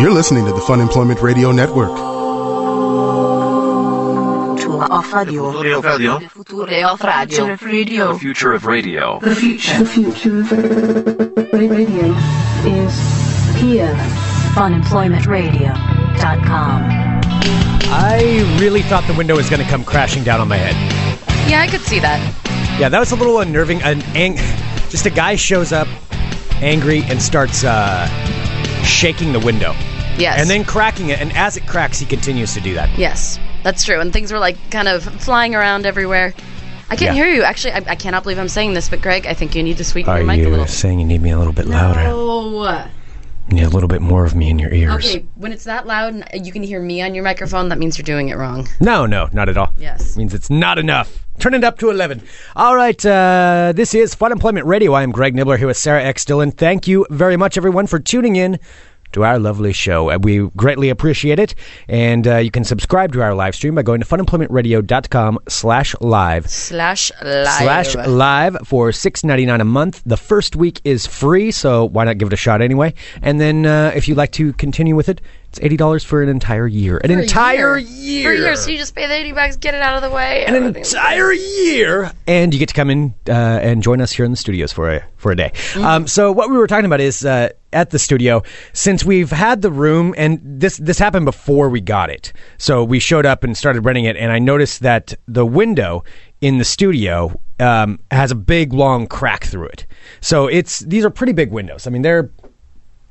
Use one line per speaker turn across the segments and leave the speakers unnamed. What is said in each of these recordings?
You're listening to the Fun Employment Radio Network.
Future of radio.
Future of radio.
Future of radio.
The future of radio.
The future.
The future of radio is here.
Funemploymentradio.com.
I really thought the window was going to come crashing down on my head.
Yeah, I could see that.
Yeah, that was a little unnerving. An ang- just a guy shows up, angry, and starts uh, shaking the window,
Yes.
and then cracking it. And as it cracks, he continues to do that.
Yes, that's true. And things were like kind of flying around everywhere. I can't
Yeah.
hear you. Actually, I, I cannot believe I'm saying this, but Greg, I think you need to sweeten
Are
your mic a
you
little.
saying you need me a little bit louder?
Oh.
You need a little bit more of me in your ears?
Okay, when it's that loud and you can hear me on your microphone, that means you're doing it wrong.
No, no, not at all.
Yes.
means it's not enough. Turn it up to 11. All right, uh, this is Fun Employment Radio. I am Greg Nibbler here with Sarah X. Dillon. Thank you very much, everyone, for tuning in to our lovely show. Uh, We greatly appreciate it. And uh, you can subscribe to our live stream by going to funemploymentradio.com slash live
Slash live.
slash live for six ninety nine a month. The first week is free, so why not give it a shot anyway? And then uh, if you'd like to continue with it, it's $80 for an entire year. An
For a
entire
year. For a year, so you just pay the 80 bucks, get it out of the way.
an
everything-
entire year, and you get to come in uh, and join us here in the studios for a for a day. Um, so what we were talking about is uh, at the studio since we've had the room, and this this happened before we got it. So we showed up and started renting it, and I noticed that the window in the studio um, has a big long crack through it. So it's these are pretty big windows. I mean they're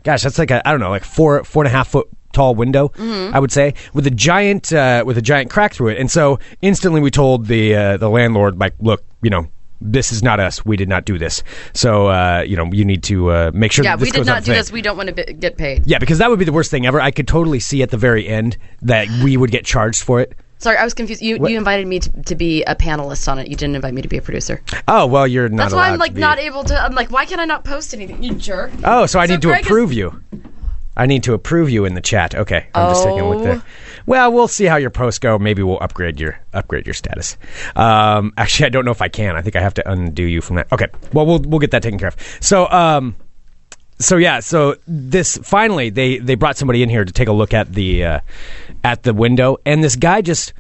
gosh, that's like a I don't know, like four four and a half foot tall window,
Mm-hmm.
I would say, with a giant uh, with a giant crack through it. And so instantly we told the uh, the landlord, like, look, you know. This is not us. We did not do this. So uh, you know you need to uh, make sure.
Yeah,
that this
we did
goes on
not do
today.
this. We don't want to be- get paid.
Yeah, because that would be the worst thing ever. I could totally see at the very end that we would get charged for it.
Sorry, I was confused. You, you invited me to, to be a panelist on it. You didn't invite me to be a producer.
Oh well, you're not.
That's why I'm
allowed
like
to be-
not able to. I'm like, why can I not post anything? You jerk.
Oh, so I
So
need to
Greg is-
approve you. I need to approve you in the chat. Okay, I'm just taking a look
Oh.
there. Well, we'll see how your posts go. Maybe we'll upgrade your upgrade your status. Um, actually, I don't know if I can. I think I have to undo you from that. Okay, well, we'll we'll get that taken care of. So, um, so yeah, so this finally they they brought somebody in here to take a look at the uh, at the window, and this guy just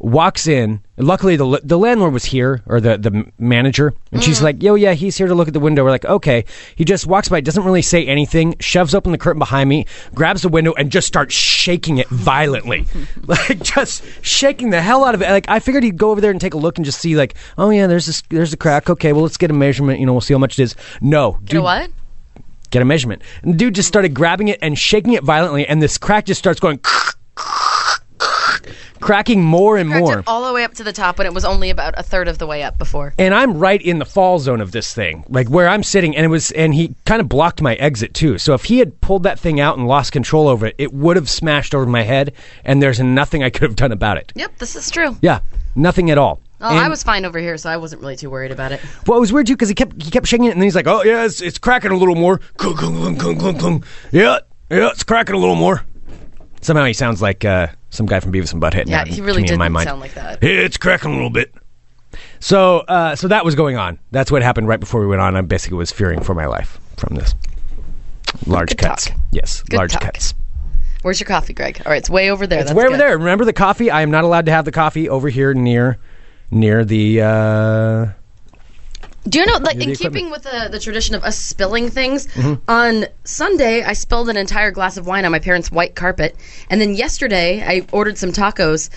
walks in. Luckily, the l- the landlord was here or the the m- manager, and she's like, "Yo, yeah, he's here to look at the window." We're like, "Okay." He just walks by, doesn't really say anything, shoves open the curtain behind me, grabs the window, and just starts shaking it violently, like just shaking the hell out of it. Like I figured he'd go over there and take a look and just see, like, "Oh yeah, there's this there's a crack. Okay, well let's get a measurement. You know, we'll see how much it is." No,
You know what?
get a measurement. And the dude just started grabbing it and shaking it violently, and this crack just starts going cracking more and
Cracked
more.
it all the way up to the top when it was only about a third of the way up before.
And I'm right in the fall zone of this thing, like where I'm sitting, and it was, and he kind of blocked my exit too. So if he had pulled that thing out and lost control over it, it would have smashed over my head, and there's nothing I could have done about it.
Yep, this is true.
Yeah, nothing at all.
Well, Oh, I
And-
was fine over here, so I wasn't really too worried about it.
Well, it was weird too because he kept he kept shaking it, and then he's like, "Oh yeah, it's, it's cracking a little more. Clunk, clunk, clunk, clunk, clunk, clunk. Yeah, yeah, it's cracking a little more." Somehow he sounds like uh, some guy from Beavis and Butthead.
Yeah,
now,
he
to
really
me, in
did
my mind.
sound like that.
Yeah, it's cracking a little bit. So, uh, so that was going on. That's what happened right before we went on. I basically was fearing for my life from this large
Good
cuts.
talk.
Yes,
Good
large
talk.
cuts.
Where's your coffee, Greg? All right, it's way over there.
It's
That's
way over
good.
there. Remember the coffee? I am not allowed to have the coffee over here near near the. Uh,
Do you know, like, in
the equipment.
keeping with the, the tradition of us spilling things,
Mm-hmm.
on Sunday I spilled an entire glass of wine on my parents' white carpet, and then yesterday I ordered some tacos,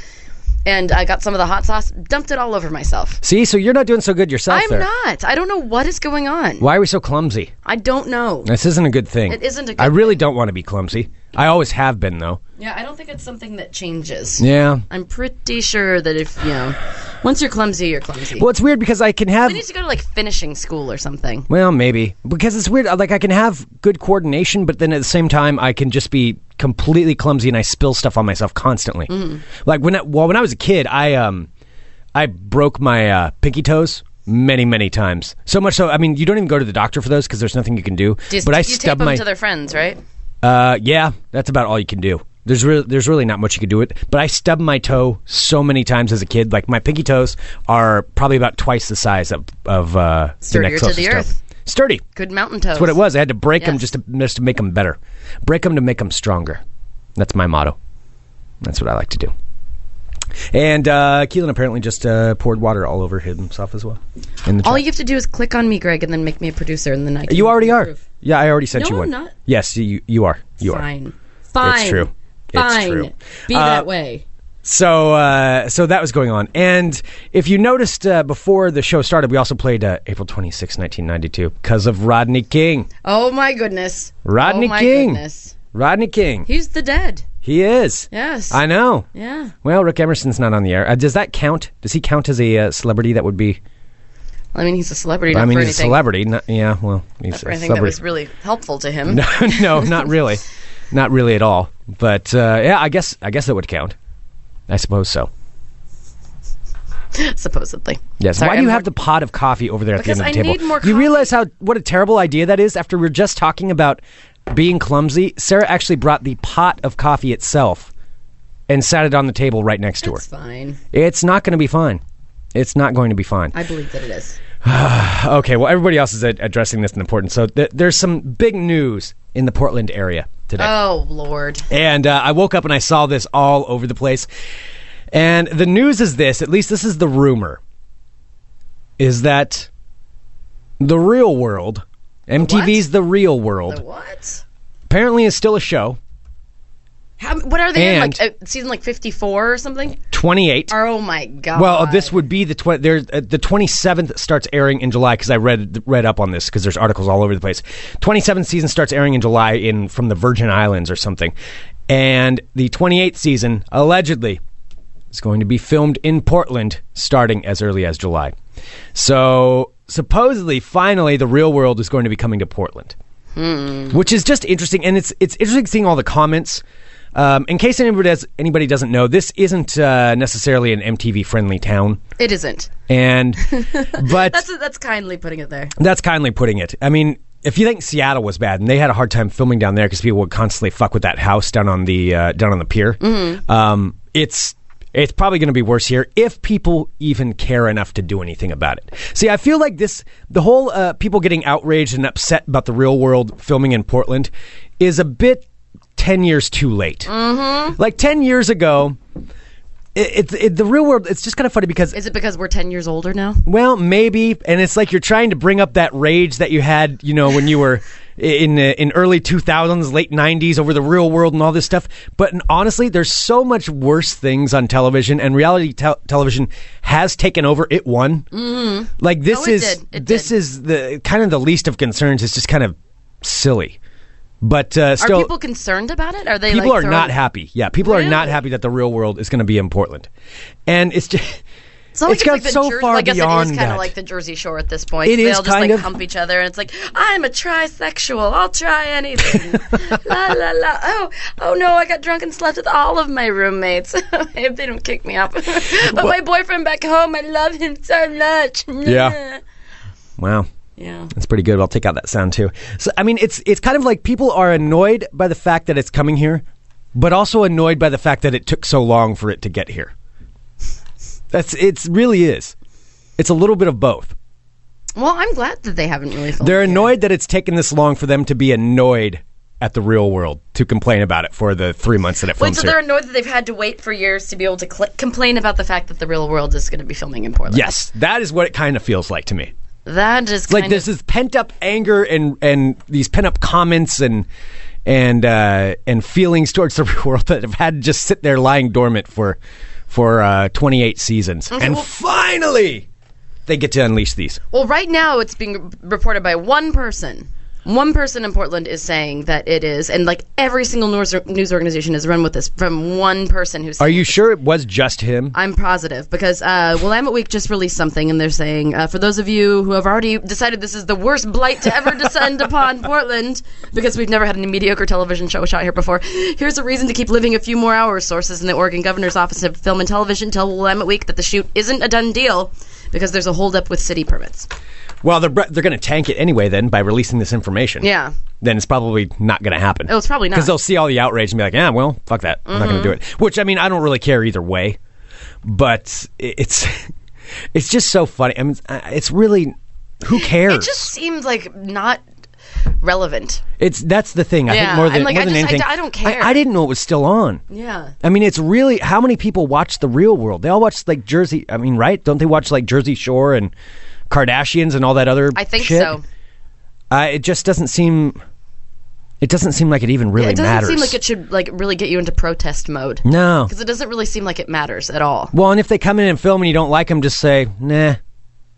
and I got some of the hot sauce, dumped it all over myself.
see, so you're not doing so good yourself.
I'm
there.
not. I don't know what is going on.
Why are we so clumsy?
I don't know.
This isn't a good thing.
It isn't a good
I really don't want to be clumsy. I always have been though.
Yeah, I don't think it's something that changes.
Yeah.
I'm pretty sure that if, you know, once you're clumsy, you're clumsy.
Well, it's weird because I can have
We need to go to like finishing school or something.
well, maybe because it's weird. Like I can have good coordination, but then at the same time, I can just be completely clumsy and I spill stuff on myself constantly.
Mm-hmm.
Like when I, well, when I was a kid, I um, I broke my uh, pinky toes many many times. So much so, I mean, you don't even go to the doctor for those because there's nothing you can do.
Do you,
but I
you tape
stubbed
them
my
to their friends, right?
Uh, yeah, that's about all you can do. There's really, there's really not much you can do it. But I stubbed my toe so many times as a kid. Like my pinky toes are probably about twice the size of of uh, the
Sturdier
next
to
closest
the
toe.
earth.
Sturdy.
Good mountain toes.
That's what it was. I had to break them
Yes.
just to just to make them better. Break them to make them stronger. That's my motto. That's what I like to do. And uh, Keelan apparently just uh, poured water all over himself as well. In the
All
truck.
you have to do is click on me, Greg, and then make me a producer, and then I. Can
You already are.
improve.
Yeah, I already sent
No,
you one.
I'm not.
Yes, you you are. You are.
Fine. Fine.
It's true.
Fine.
It's true. Uh,
Be that way.
So, uh, so that was going on. And if you noticed uh, before the show started, we also played uh, April 26, 1992, because of Rodney King.
Oh my goodness.
Rodney
oh, my
King.
Goodness.
Rodney King.
He's the dead.
He is.
Yes.
I know.
yeah.
Well, Rick Emerson's not on the air. Uh, does that count? Does he count as a uh, celebrity? That would be.
I mean, he's a celebrity.
I
not
mean,
for
he's a
anything.
celebrity. Not, yeah. Well, he's
For
a
anything that
celebrity.
was really helpful to him.
no, not really, not really at all. But uh, yeah, I guess I guess that would count. I suppose so.
supposedly.
Yes.
Sorry,
Why do
I'm
you
wor-
have the pot of coffee over there at
Because
the end
I
of the table?
need more
You
coffee.
realize how what a terrible idea that is after we were just talking about being clumsy. Sarah actually brought the pot of coffee itself and sat it on the table right next to her.
It's fine.
It's not going to be fine. It's not going to be fine.
I believe that it is.
Okay, well, everybody else is ad- addressing this in importance. So th- there's some big news in the Portland area today.
Oh Lord.
And uh, I woke up and I saw this all over the place. And the news is this, at least this is the rumor, is that the real world, MTV's The Real World,
What?
apparently is still a show.
How, what are they in? Like
And-
uh, season like fifty four or something?
28.
Oh my God.
Well, uh, this would be the tw- there's, uh, the 27th starts airing in July because I read read up on this because there's articles all over the place. 27th season starts airing in July in from the Virgin Islands or something, and the 28th season allegedly is going to be filmed in Portland starting as early as July. So supposedly, finally, the real world is going to be coming to Portland which is just interesting, and it's it's interesting seeing all the comments. Um, in case anybody does, anybody doesn't know, this isn't uh, necessarily an MTV friendly town,
It isn't.
and but
That's that's kindly putting it there.
that's kindly putting it. I mean, if you think Seattle was bad and they had a hard time filming down there because people would constantly fuck with that house down on the uh, down on the pier, um, it's it's probably going to be worse here if people even care enough to do anything about it. See, I feel like this the whole uh, people getting outraged and upset about the real world filming in Portland is a bit ten years too late. Mm-hmm. Like ten years ago. It, it, it, the real world, it's just kind of funny because
Is it because we're ten years older now?
well, maybe, and it's like you're trying to bring up that rage that you had, you know, when you were in the- in early 2000s, late 90s over the real world and all this stuff. But honestly, there's so much worse things on television, and reality tel television has taken over. It won. Mm. Like this
No, Mm-hmm. Oh, it
is
did. It
this
did.
is the kind of the least of concerns. It's just kind of silly, but uh,
Are
still,
people concerned about it? Are they?
people
like,
are
throwing-
not happy. Yeah, people are not
Really?
happy that the real world is going to be in Portland, and it's just.
It's, not like
It's got
like the
so
Jer-
far
I guess
beyond
it is kind
that.
of like the Jersey Shore at this point.
It
they
is
all just
kind
like
of.
hump each other, and it's like I'm a trisexual. I'll try anything. la la la. Oh oh no, I got drunk and slept with all of my roommates. if they don't kick me out, but my boyfriend back home, I love him so much.
Yeah. Wow.
yeah.
That's pretty good. I'll take out that sound too. So I mean, it's it's kind of like people are annoyed by the fact that it's coming here, but also annoyed by the fact that it took so long for it to get here. That's it's really is. It's a little bit of both.
Well, I'm glad that they haven't really. filmed
They're
it yet.
annoyed that it's taken this long for them to be annoyed at the real world to complain about it for the three months that it
Wait,
films
so
here.
they're annoyed that they've had to wait for years to be able to cl- complain about the fact that the real world is going to be filming in Portland.
yes, that is what it kind of feels like to me.
that is
like
kind of-
there's this pent up anger and and these pent up comments and and uh, and feelings towards the real world that have had to just sit there lying dormant for for uh, 28 seasons, and
well-
finally they get to unleash these.
Well, right now it's being r- reported by one person. One person in Portland is saying that it is, and like every single news, news organization is run with this from one person who's.
Are you sure it was just him?
I'm positive because uh, Willamette Week just released something, and they're saying uh, for those of you who have already decided this is the worst blight to ever descend upon Portland, because we've never had any mediocre television show shot here before. Here's a reason to keep living a few more hours. Sources in the Oregon Governor's Office of Film and Television tell Willamette Week that the shoot isn't a done deal because there's a holdup with city permits.
well, they're br- they're going to tank it anyway then by releasing this information.
Yeah.
Then it's probably not going to happen.
Oh, it's probably not. Mm-hmm.
because they'll see all the outrage and be like, "Yeah, well, fuck that. I'm not going to do it." Which I mean, I don't really care either way, but i- it's it's just so funny. I mean, it's- I- it's really Who cares?
It just seemed like not relevant.
It's that's the thing. I think
Yeah,
more than,
I'm like,
more
I
than
just- I
anything,
d- I don't care.
I, didn't know it was still on.
Yeah.
I mean, it's really how many people watch the Real World? They all watch like Jersey. I mean, right? Don't they watch like Jersey Shore and Kardashians and all that other?
I think
shit?
so.
Uh, it just doesn't seem. It doesn't seem like it even really
It doesn't
matters.
seem like it should like really get you into protest mode.
no.
Because it doesn't really seem like it matters at all.
Well, and if they come in and film and you don't like them, just say, "Nah,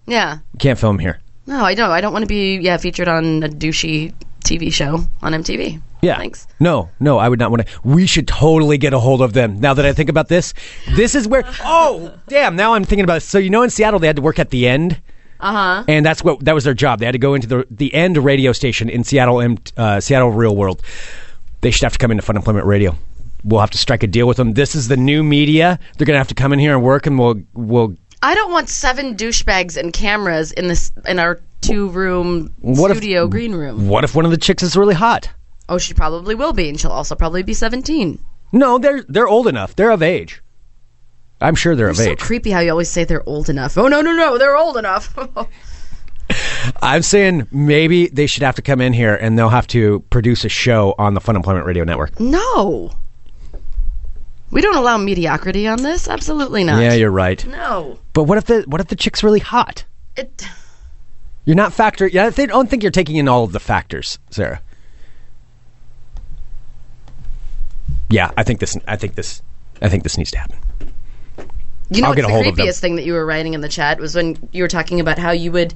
Yeah.
can't film here."
No, I don't. I don't want to be yeah featured on a douchey TV show on MTV.
Yeah.
Thanks.
No, no, I would not want to. We should totally get a hold of them. Now that I think about this, this is where. Oh, damn! Now I'm thinking about. It. So you know, in Seattle, they had to work at the end. Uh
Uh-huh.
huh. And that's what that was their job. They had to go into the the end radio station in Seattle, um, uh, Seattle Real World. They should have to come into Fun Employment Radio. We'll have to strike a deal with them. This is the new media. They're gonna have to come in here and work, and we'll we'll.
I don't want seven douchebags and cameras in this in our two room
What if-
studio green room.
What if one of the chicks is really hot?
Oh, she probably will be, and she'll also probably be seventeen.
No, they're they're old enough. They're of age. I'm sure they're of
So
age.
creepy how you always say they're old enough. Oh no no no, they're old enough.
I'm saying maybe they should have to come in here and they'll have to produce a show on the Fun Employment Radio Network.
no, we don't allow mediocrity on this. Absolutely not.
Yeah, you're right.
no,
But what if the what if the chick's really hot?
it.
You're not factor. Yeah, they don't think you're taking in all of the factors, Sarah. Yeah, I think this. I think this. I think this needs to happen.
You know,
I'll
what's
get a hold
the
of them.
creepiest thing that you were writing in the chat was when you were talking about how you would,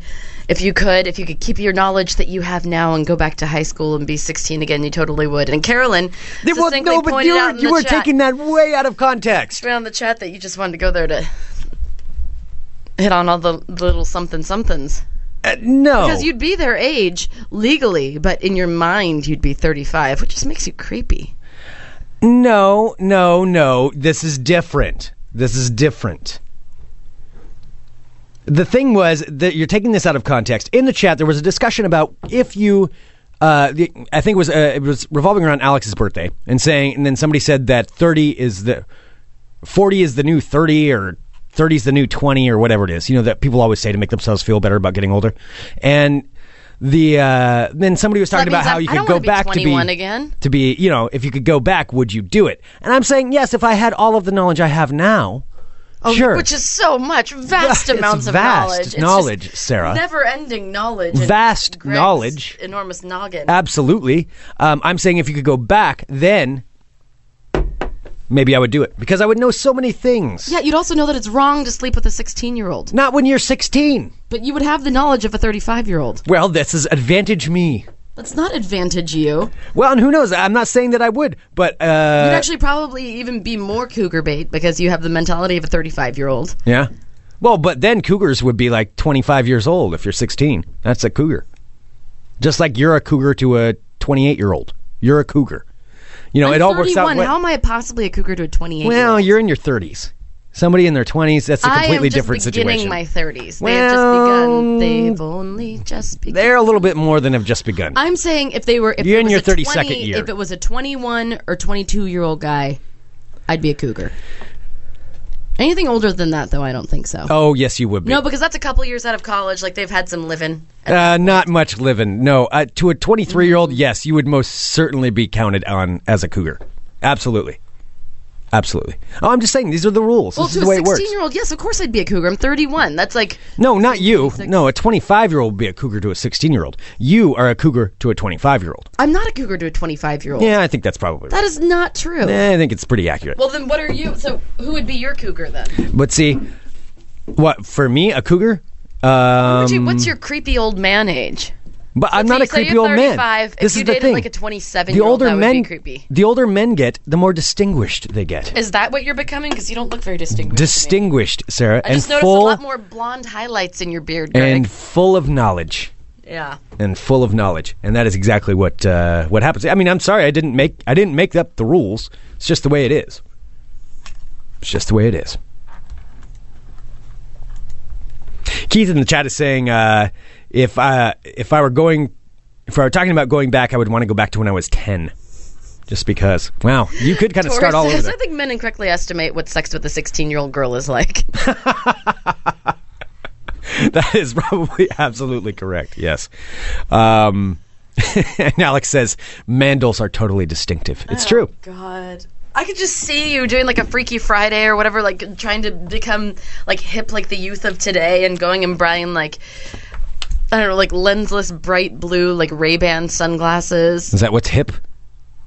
if you could, if you could keep your knowledge that you have now and go back to high school and be 16 again, you totally would. And Carolyn, succinctly
no, but
pointed
you
out
were,
in
you
the
were
chat,
taking that way out of context.
around the chat that you just wanted to go there to hit on all the little something somethings
Uh, no,
because you'd be their age legally, but in your mind you'd be 35, which just makes you creepy.
No, no, no. This is different. This is different. The thing was that you're taking this out of context. In the chat, there was a discussion about if you. Uh, the, I think it was uh, it was revolving around Alex's birthday and saying, and then somebody said that thirty is the forty is the new thirty or thirty is the new twenty or whatever it is. You know that people always say to make themselves feel better about getting older. And the uh, then somebody was
that
talking about
means
how
I'm-
you
I don't
could go
wanna be
back to be
21 again.
to be, you know, if you could go back, would you do it? And I'm saying, yes, if I had all of the knowledge I have now, sure.
Oh, Which is so much, vast
It's
amounts of
vast
knowledge. It's just
knowledge, Sarah.
Never-ending knowledge. and
Vast
Greg's
knowledge. Uh,
Enormous noggin.
Absolutely. Um, I'm saying if you could go back, then maybe I would do it because I would know so many things.
yeah, you'd also know that it's wrong to sleep with a 16-year-old,
Not when you're 16.
but you would have the knowledge of a 35-year-old.
Well, this is advantage me.
That's not advantage you.
Well, and who knows? I'm not saying that I would, but
You'd
uh,
actually probably even be more cougar bait because you have the mentality of a 35-year-old.
yeah. Well, but then cougars would be like 25 years old if you're 16. That's a cougar. Just like you're a cougar to a 28 year old. You're a cougar. You know,
I'm
it all works out.
31.
wa-
How am I possibly a cougar to a 28?
Well, you're in your 30s. Somebody in their 20s, that's a
I am
completely
just
different
beginning
situation.
my 30s. They've just begun.
Well,
They've only just begun.
They're a little bit more than have just begun.
I'm saying if they were, if
You're
it was
in your
a 20
32nd year.
If it was a 21 or 22 year old guy, I'd be a cougar. Anything older than that, though, I don't think so.
oh, yes, you would be.
No, because that's a couple years out of college. Like they've had some living.
uh, not much living. No, uh, to a 23 year old, yes, you would most certainly be counted on as a cougar. Absolutely. Absolutely. Oh, I'm just saying, these are the rules.
Well,
this
to
is
a
the way it works.
sixteen year old, yes, of course I'd be a cougar. I'm 31. That's like
No, not you. No, a 25 year old would be a cougar to a 16 year old. You are a cougar to a 25 year old.
I'm not a cougar to a 25 year old.
Yeah, I think that's probably right.
That is not true.
Eh, I think it's pretty accurate.
Well, then what are you? So who would be your cougar then?
But see, what for me a cougar? Um,
Would you- What's your creepy old man age?
but I'm
So
not
you
a
say
creepy
you're
old man.
35. If
this
you
is the
dated
thing.
like a 27
the
year old,
older
that would be
men,
creepy.
the older men get, the more distinguished they get.
Is that what you're becoming? Because you don't look very distinguished. to me.
Distinguished, Sarah,
I
and
just noticed
full
a lot more blonde highlights in your beard, Greg.
and full of knowledge.
yeah.
and full of knowledge, and that is exactly what uh, what happens. I mean, I'm sorry, I didn't make I didn't make up the rules. It's just the way it is. It's just the way it is. Keith in the chat is saying, uh, if I if I were going, if I were talking about going back, I would want to go back to when I was ten, just because. Wow, you could kind of start all over.
says,
There.
I think men incorrectly estimate what sex with a 16 year old girl is like.
that is probably absolutely correct. Yes. Um, and Alex says mandals are totally distinctive. It's
Oh.
true.
God. I could just see you doing like a Freaky Friday or whatever, like trying to become like hip, like the youth of today, and going and buying like I don't know, like lensless, bright blue, like Ray Ban sunglasses.
Is that what's hip?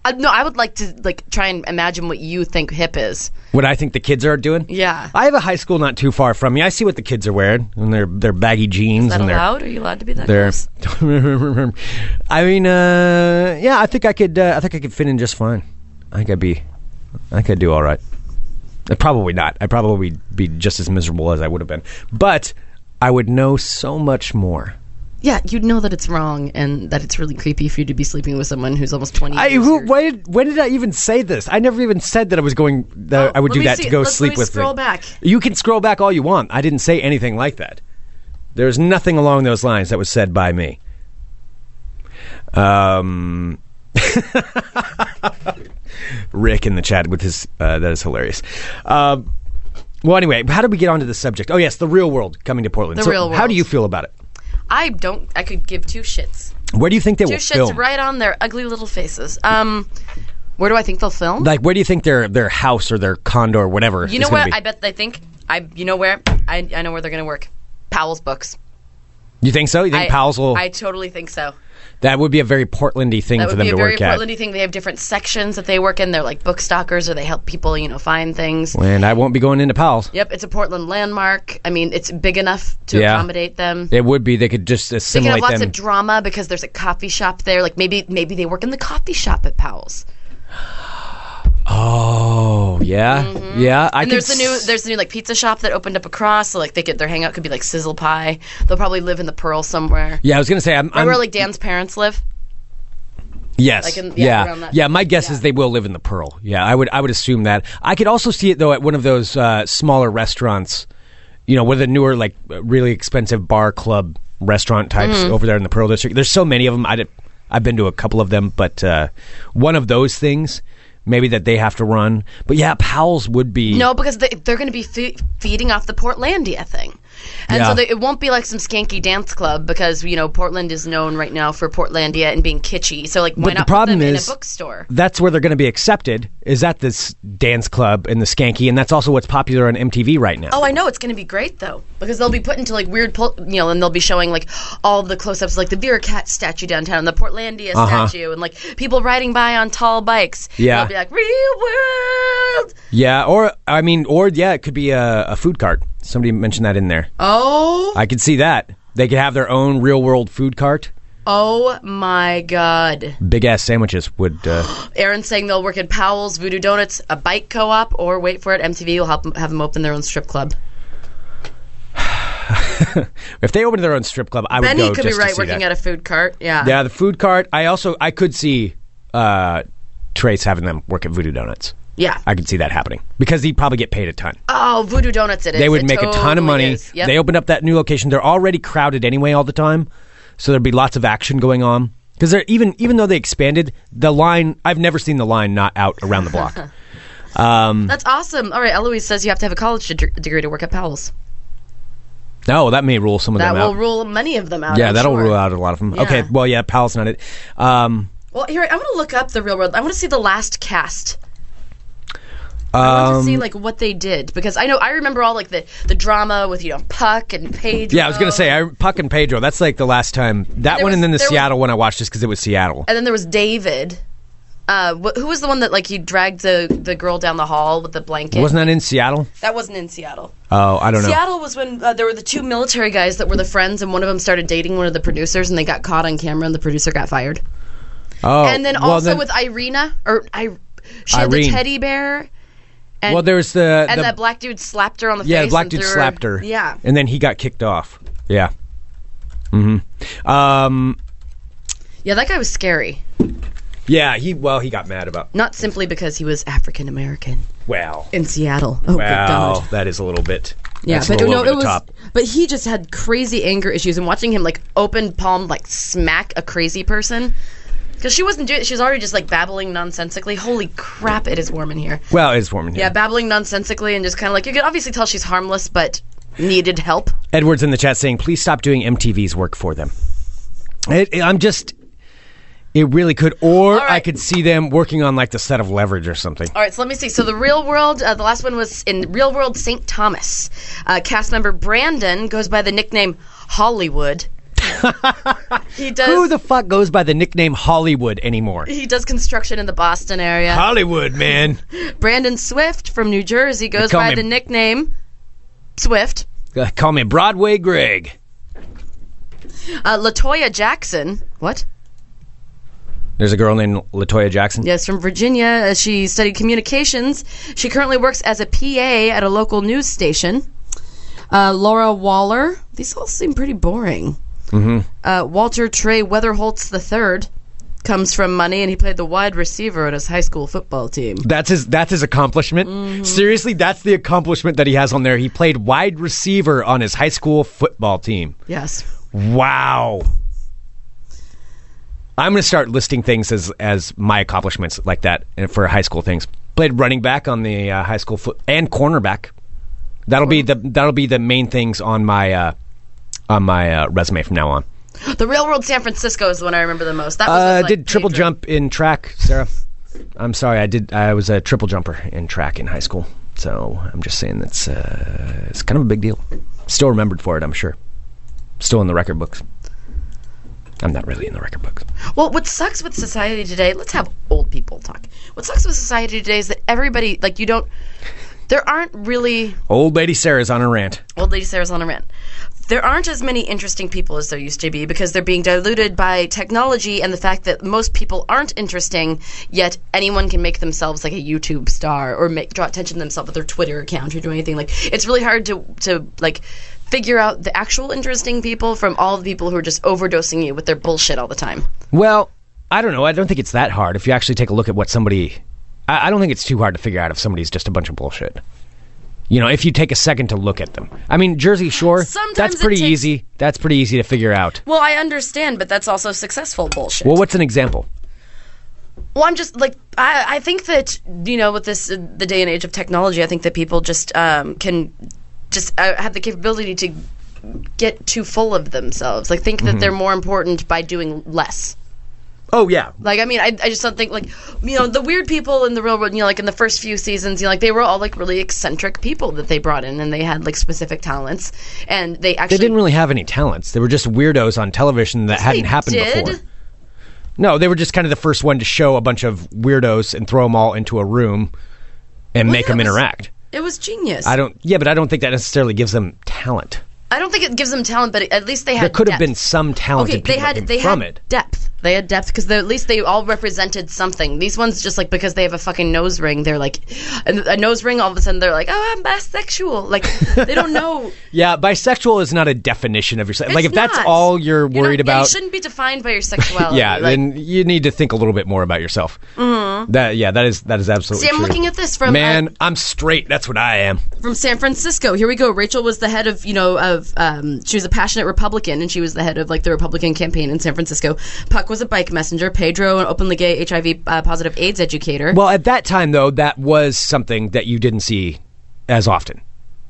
I, no, I would like to like try and imagine what you think hip is.
What I think the kids are doing?
Yeah.
I have a high school not too far from me. I see what the kids are wearing and their their baggy jeans
Is that
and their
allowed? Are you allowed to be that
There.
close?
I mean, uh, yeah, I think I could. Uh, I think I could fit in just fine. I think I'd be. I think I'd do all right. Uh, Probably not. I'd probably be just as miserable as I would have been, but I would know so much more.
Yeah, you'd know that it's wrong and that it's really creepy for you to be sleeping with someone who's almost twenty.
I
years
who?
your-
Why did, when did I even say this? I never even said that I was going. That I would
Oh, let
do
me
that
see-
to go
let's- let
sleep
me
with.
scroll
the-
back.
You can scroll back all you want. I didn't say anything like that. There's nothing along those lines that was said by me. Um, Rick in the chat with his uh, that is hilarious. Um, well, anyway, how did we get onto the subject? Oh yes, the real world coming to Portland.
The
So
real
How do
world.
you feel about it?
I don't. I could give two shits.
Where do you think they
Two
will
shits
film?
right on their ugly little faces. Um, where do I think they'll film?
Like, where do you think their their house or their condo or whatever?
you
is
know
gonna
what?
Be?
I bet they think. I. You know where? I. I know where they're gonna work. Powell's books.
you think so? You
I,
think Powell's will?
I totally think so.
that would be a very Portlandy thing
That
for
would
them
be a
to
very
work at.
Portlandy thing. They have different sections that they work in. They're like book stalkers, or they help people, you know, find things.
And I won't be going into Powell's.
Yep, it's a Portland landmark. I mean, it's big enough to
Yeah.
accommodate them.
It would be. They could just
They can have
assimilate
lots
them.
of drama because there's a coffee shop there. Like maybe maybe they work in the coffee shop at Powell's.
oh yeah, yeah.
Mm-hmm.
I
And
could
there's the new
s-
there's the new like pizza shop that opened up across. So like they could their hangout could be like Sizzle Pie. They'll probably live in the Pearl somewhere.
yeah, I was gonna say. I'm, I'm
Remember like Dan's parents live.
yes,
like in- yeah,
yeah,
around that-
yeah. My guess is they will live in the Pearl. Yeah, I would. I would assume that. I could also see it though at one of those uh, smaller restaurants. You know, one of the newer, like really expensive bar club restaurant types
Mm-hmm.
over there in the Pearl District. There's so many of them. I did, I've been to a couple of them, but uh, one of those things maybe that they have to run. But yeah, Powell's would be
No, because they, they're going to be fe- feeding off the Portlandia thing, and
Yeah.
so they, it won't be like some skanky dance club because you know Portland is known right now for Portlandia and being kitschy. So like, why
But
not
the problem
put them
is
in a bookstore?
That's where they're going to be accepted. Is at this dance club in the Skanky, and that's also what's popular on MTV right now.
Oh, I know it's going to be great though because they'll be put into like weird, pol- you know, and they'll be showing like all the close-ups, like the Vera Cat statue downtown, the Portlandia statue, and like people riding by on tall bikes. And
Uh-huh. Yeah.
they'll be like real world.
Yeah, or I mean, or yeah, it could be a, a food cart. Somebody mentioned that in there.
Oh,
I could see that they could have their own real world food cart.
oh my God!
Big ass sandwiches would. Uh,
Aaron's saying they'll work at Powell's, Voodoo Donuts, a bike co-op, or wait for it, MTV will help 'em- have them open their own strip club.
if they opened their own strip club, I would
Benny
go
could be
just to
right
see
working
that.
at a food cart. Yeah.
yeah, the food cart. I also I could see uh, Trace having them work at Voodoo Donuts.
Yeah.
I could see that happening because he'd probably get paid a ton.
Oh, Voodoo Donuts! It is.
they would
It
make a ton of
totally
money.
is. Yep.
They opened up that new location. They're already crowded anyway all the time, so there'd be lots of action going on. Because they're even even though they expanded the line, I've never seen the line not out around the block.
That's awesome. All right, Eloise says you have to have a college de- degree to work at Powell's.
no, that may rule some of
That
them
will
out.
rule many of them out.
yeah,
I'm
that'll
sure.
rule out a lot of them. Okay,
Yeah.
well, yeah, Powell's not it. Um,
Well, here I want to look up the real world. I want to see the last cast. I want to
Um,
see like what they did because I know I remember all like the the drama with you know Puck and Paige.
yeah, I was gonna say I, Puck and Pedro. That's like the last time that
Uh, there
one,
was-
and then the
there was-
Seattle one I watched just because it was Seattle.
and then there was David. Uh, wh- who was the one that like he dragged the the girl down the hall with the blanket?
Wasn't that in Seattle?
that wasn't in Seattle.
Oh, I don't know.
Seattle was when uh, there were the two military guys that were the friends, and one of them started dating one of the producers, and they got caught on camera, and the producer got fired.
oh,
and then
well,
also with Irina, or I, she had the
Irene.
teddy bear, and,
well, there's the
and
the,
that black dude slapped her on the
Yeah,
face.
the black
and
dude
threw her-
slapped her.
Yeah,
And then he got kicked off. Yeah. Mm-hmm. Um,
yeah, that guy was scary.
yeah, he well, he got mad about
Not simply because he was African American
well.
in Seattle. Oh, good
Wow,
God.
that is a little bit.
Yeah,
that's a
but
little
no,
over
it
the
was.
top.
But he just had crazy anger issues, and watching him like open palm like smack a crazy person. Because she wasn't doing, she was already just like babbling nonsensically. Holy crap! It is warm in here.
Well, it's warm in here.
Yeah, babbling nonsensically and just kind of like you can obviously tell she's harmless, but needed help.
Edwards in the chat saying, please stop doing MTV's work for them. It, it- I'm just. It really could, or
right.
I could see them working on like the set of Leverage or something.
All right, so let me see. So the real world, uh, the last one was in Real World St. Thomas. Uh, cast member Brandon goes by the nickname Hollywood. he does.
Who the fuck goes by the nickname Hollywood anymore?
he does construction in the Boston area.
Hollywood, man.
Brandon Swift from New Jersey goes
call
by
me-
the nickname Swift.
Uh, call me Broadway Greg.
Uh, Latoya Jackson. What?
There's a girl named Latoya Jackson.
Yes, from Virginia. Uh, She studied communications. She currently works as a PA at a local news station. Uh, Laura Waller. These all seem pretty boring.
Mm-hmm.
Uh, Walter Trey Weatherholtz III comes from money, and he played the wide receiver on his high school football team.
That's his. That's his accomplishment. Seriously, that's the accomplishment that he has on there. He played wide receiver on his high school football team.
Yes.
Wow. I'm going to start listing things as as my accomplishments like that and for high school things. Played running back on the uh, high school foot and cornerback. That'll be the that'll be the main things on my uh, on my uh, resume from now on.
The Real World San Francisco is the one I remember the most. That was
Uh,
with, like,
did triple
Pedro.
jump in track, Sarah? I'm sorry, I did. I was a triple jumper in track in high school, so I'm just saying that's uh, it's kind of a big deal. Still remembered for it, I'm sure. Still in the record books. I'm not really in the record books.
Well, what sucks with society today, let's have old people talk. What sucks with society today is that everybody, like, you don't, there aren't really,
Old lady Sarah's on a rant.
old lady Sarah's on a rant. There aren't as many interesting people as there used to be because they're being diluted by technology and the fact that most people aren't interesting, yet anyone can make themselves like a YouTube star or make, draw attention to themselves with their Twitter account or do anything. Like, it's really hard to, to, like, figure out the actual interesting people from all the people who are just overdosing you with their bullshit all the time.
Well, I don't know. I don't think it's that hard if you actually take a look at what somebody. I, I don't think it's too hard to figure out if somebody's just a bunch of bullshit. You know, if you take a second to look at them. I mean, Jersey Shore.
Sometimes
that's
it
pretty
takes-
easy. That's pretty easy to figure out.
Well, I understand, but that's also successful bullshit.
Well, what's an example?
Well, I'm just like I, I think that you know with this uh, the day and age of technology, I think that people just um, can just uh, have the capability to get too full of themselves, like think
Mm-hmm.
that they're more important by doing less.
Oh yeah,
Like, I mean, I, I just don't think, like, you know, the weird people in the real world, you know, like in the first few seasons, you know, like they were all like really eccentric people that they brought in and they had like specific talents and they actually.
they didn't really have any talents. They were just weirdos on television that hadn't
they
happened
did.
before. No, they were just kind of the first one to show a bunch of weirdos and throw them all into a room and make
yeah,
them
it was-
interact.
It was genius.
I don't. Yeah, but I don't think that necessarily gives them talent.
I don't think it gives them talent, but at least they had.
There could have
depth.
been some talented
Okay, they
people that
had
came
they
from
had
it.
depth. They had depth because at least they all represented something. These ones just like because they have a fucking nose ring, they're like a, a nose ring. All of a sudden, they're like, "Oh, I'm bisexual." Like they don't know.
Yeah, bisexual is not a definition of yourself. like
It's
if that's
not.
all you're
You know,
worried
yeah, you
about,
shouldn't be defined by your sexuality.
yeah,
Like,
then you need to think a little bit more about yourself. Mm-hmm. That yeah, that is that is absolutely.
see, I'm
true.
looking at this from uh,
Man, I'm straight. That's what I am.
from San Francisco. Here we go. Rachel was the head of, you know, of um, she was a passionate Republican, and she was the head of like the Republican campaign in San Francisco. Puck was a bike messenger. Pedro, an openly gay HIV uh, positive AIDS educator.
Well, at that time though, that was something that you didn't see as often.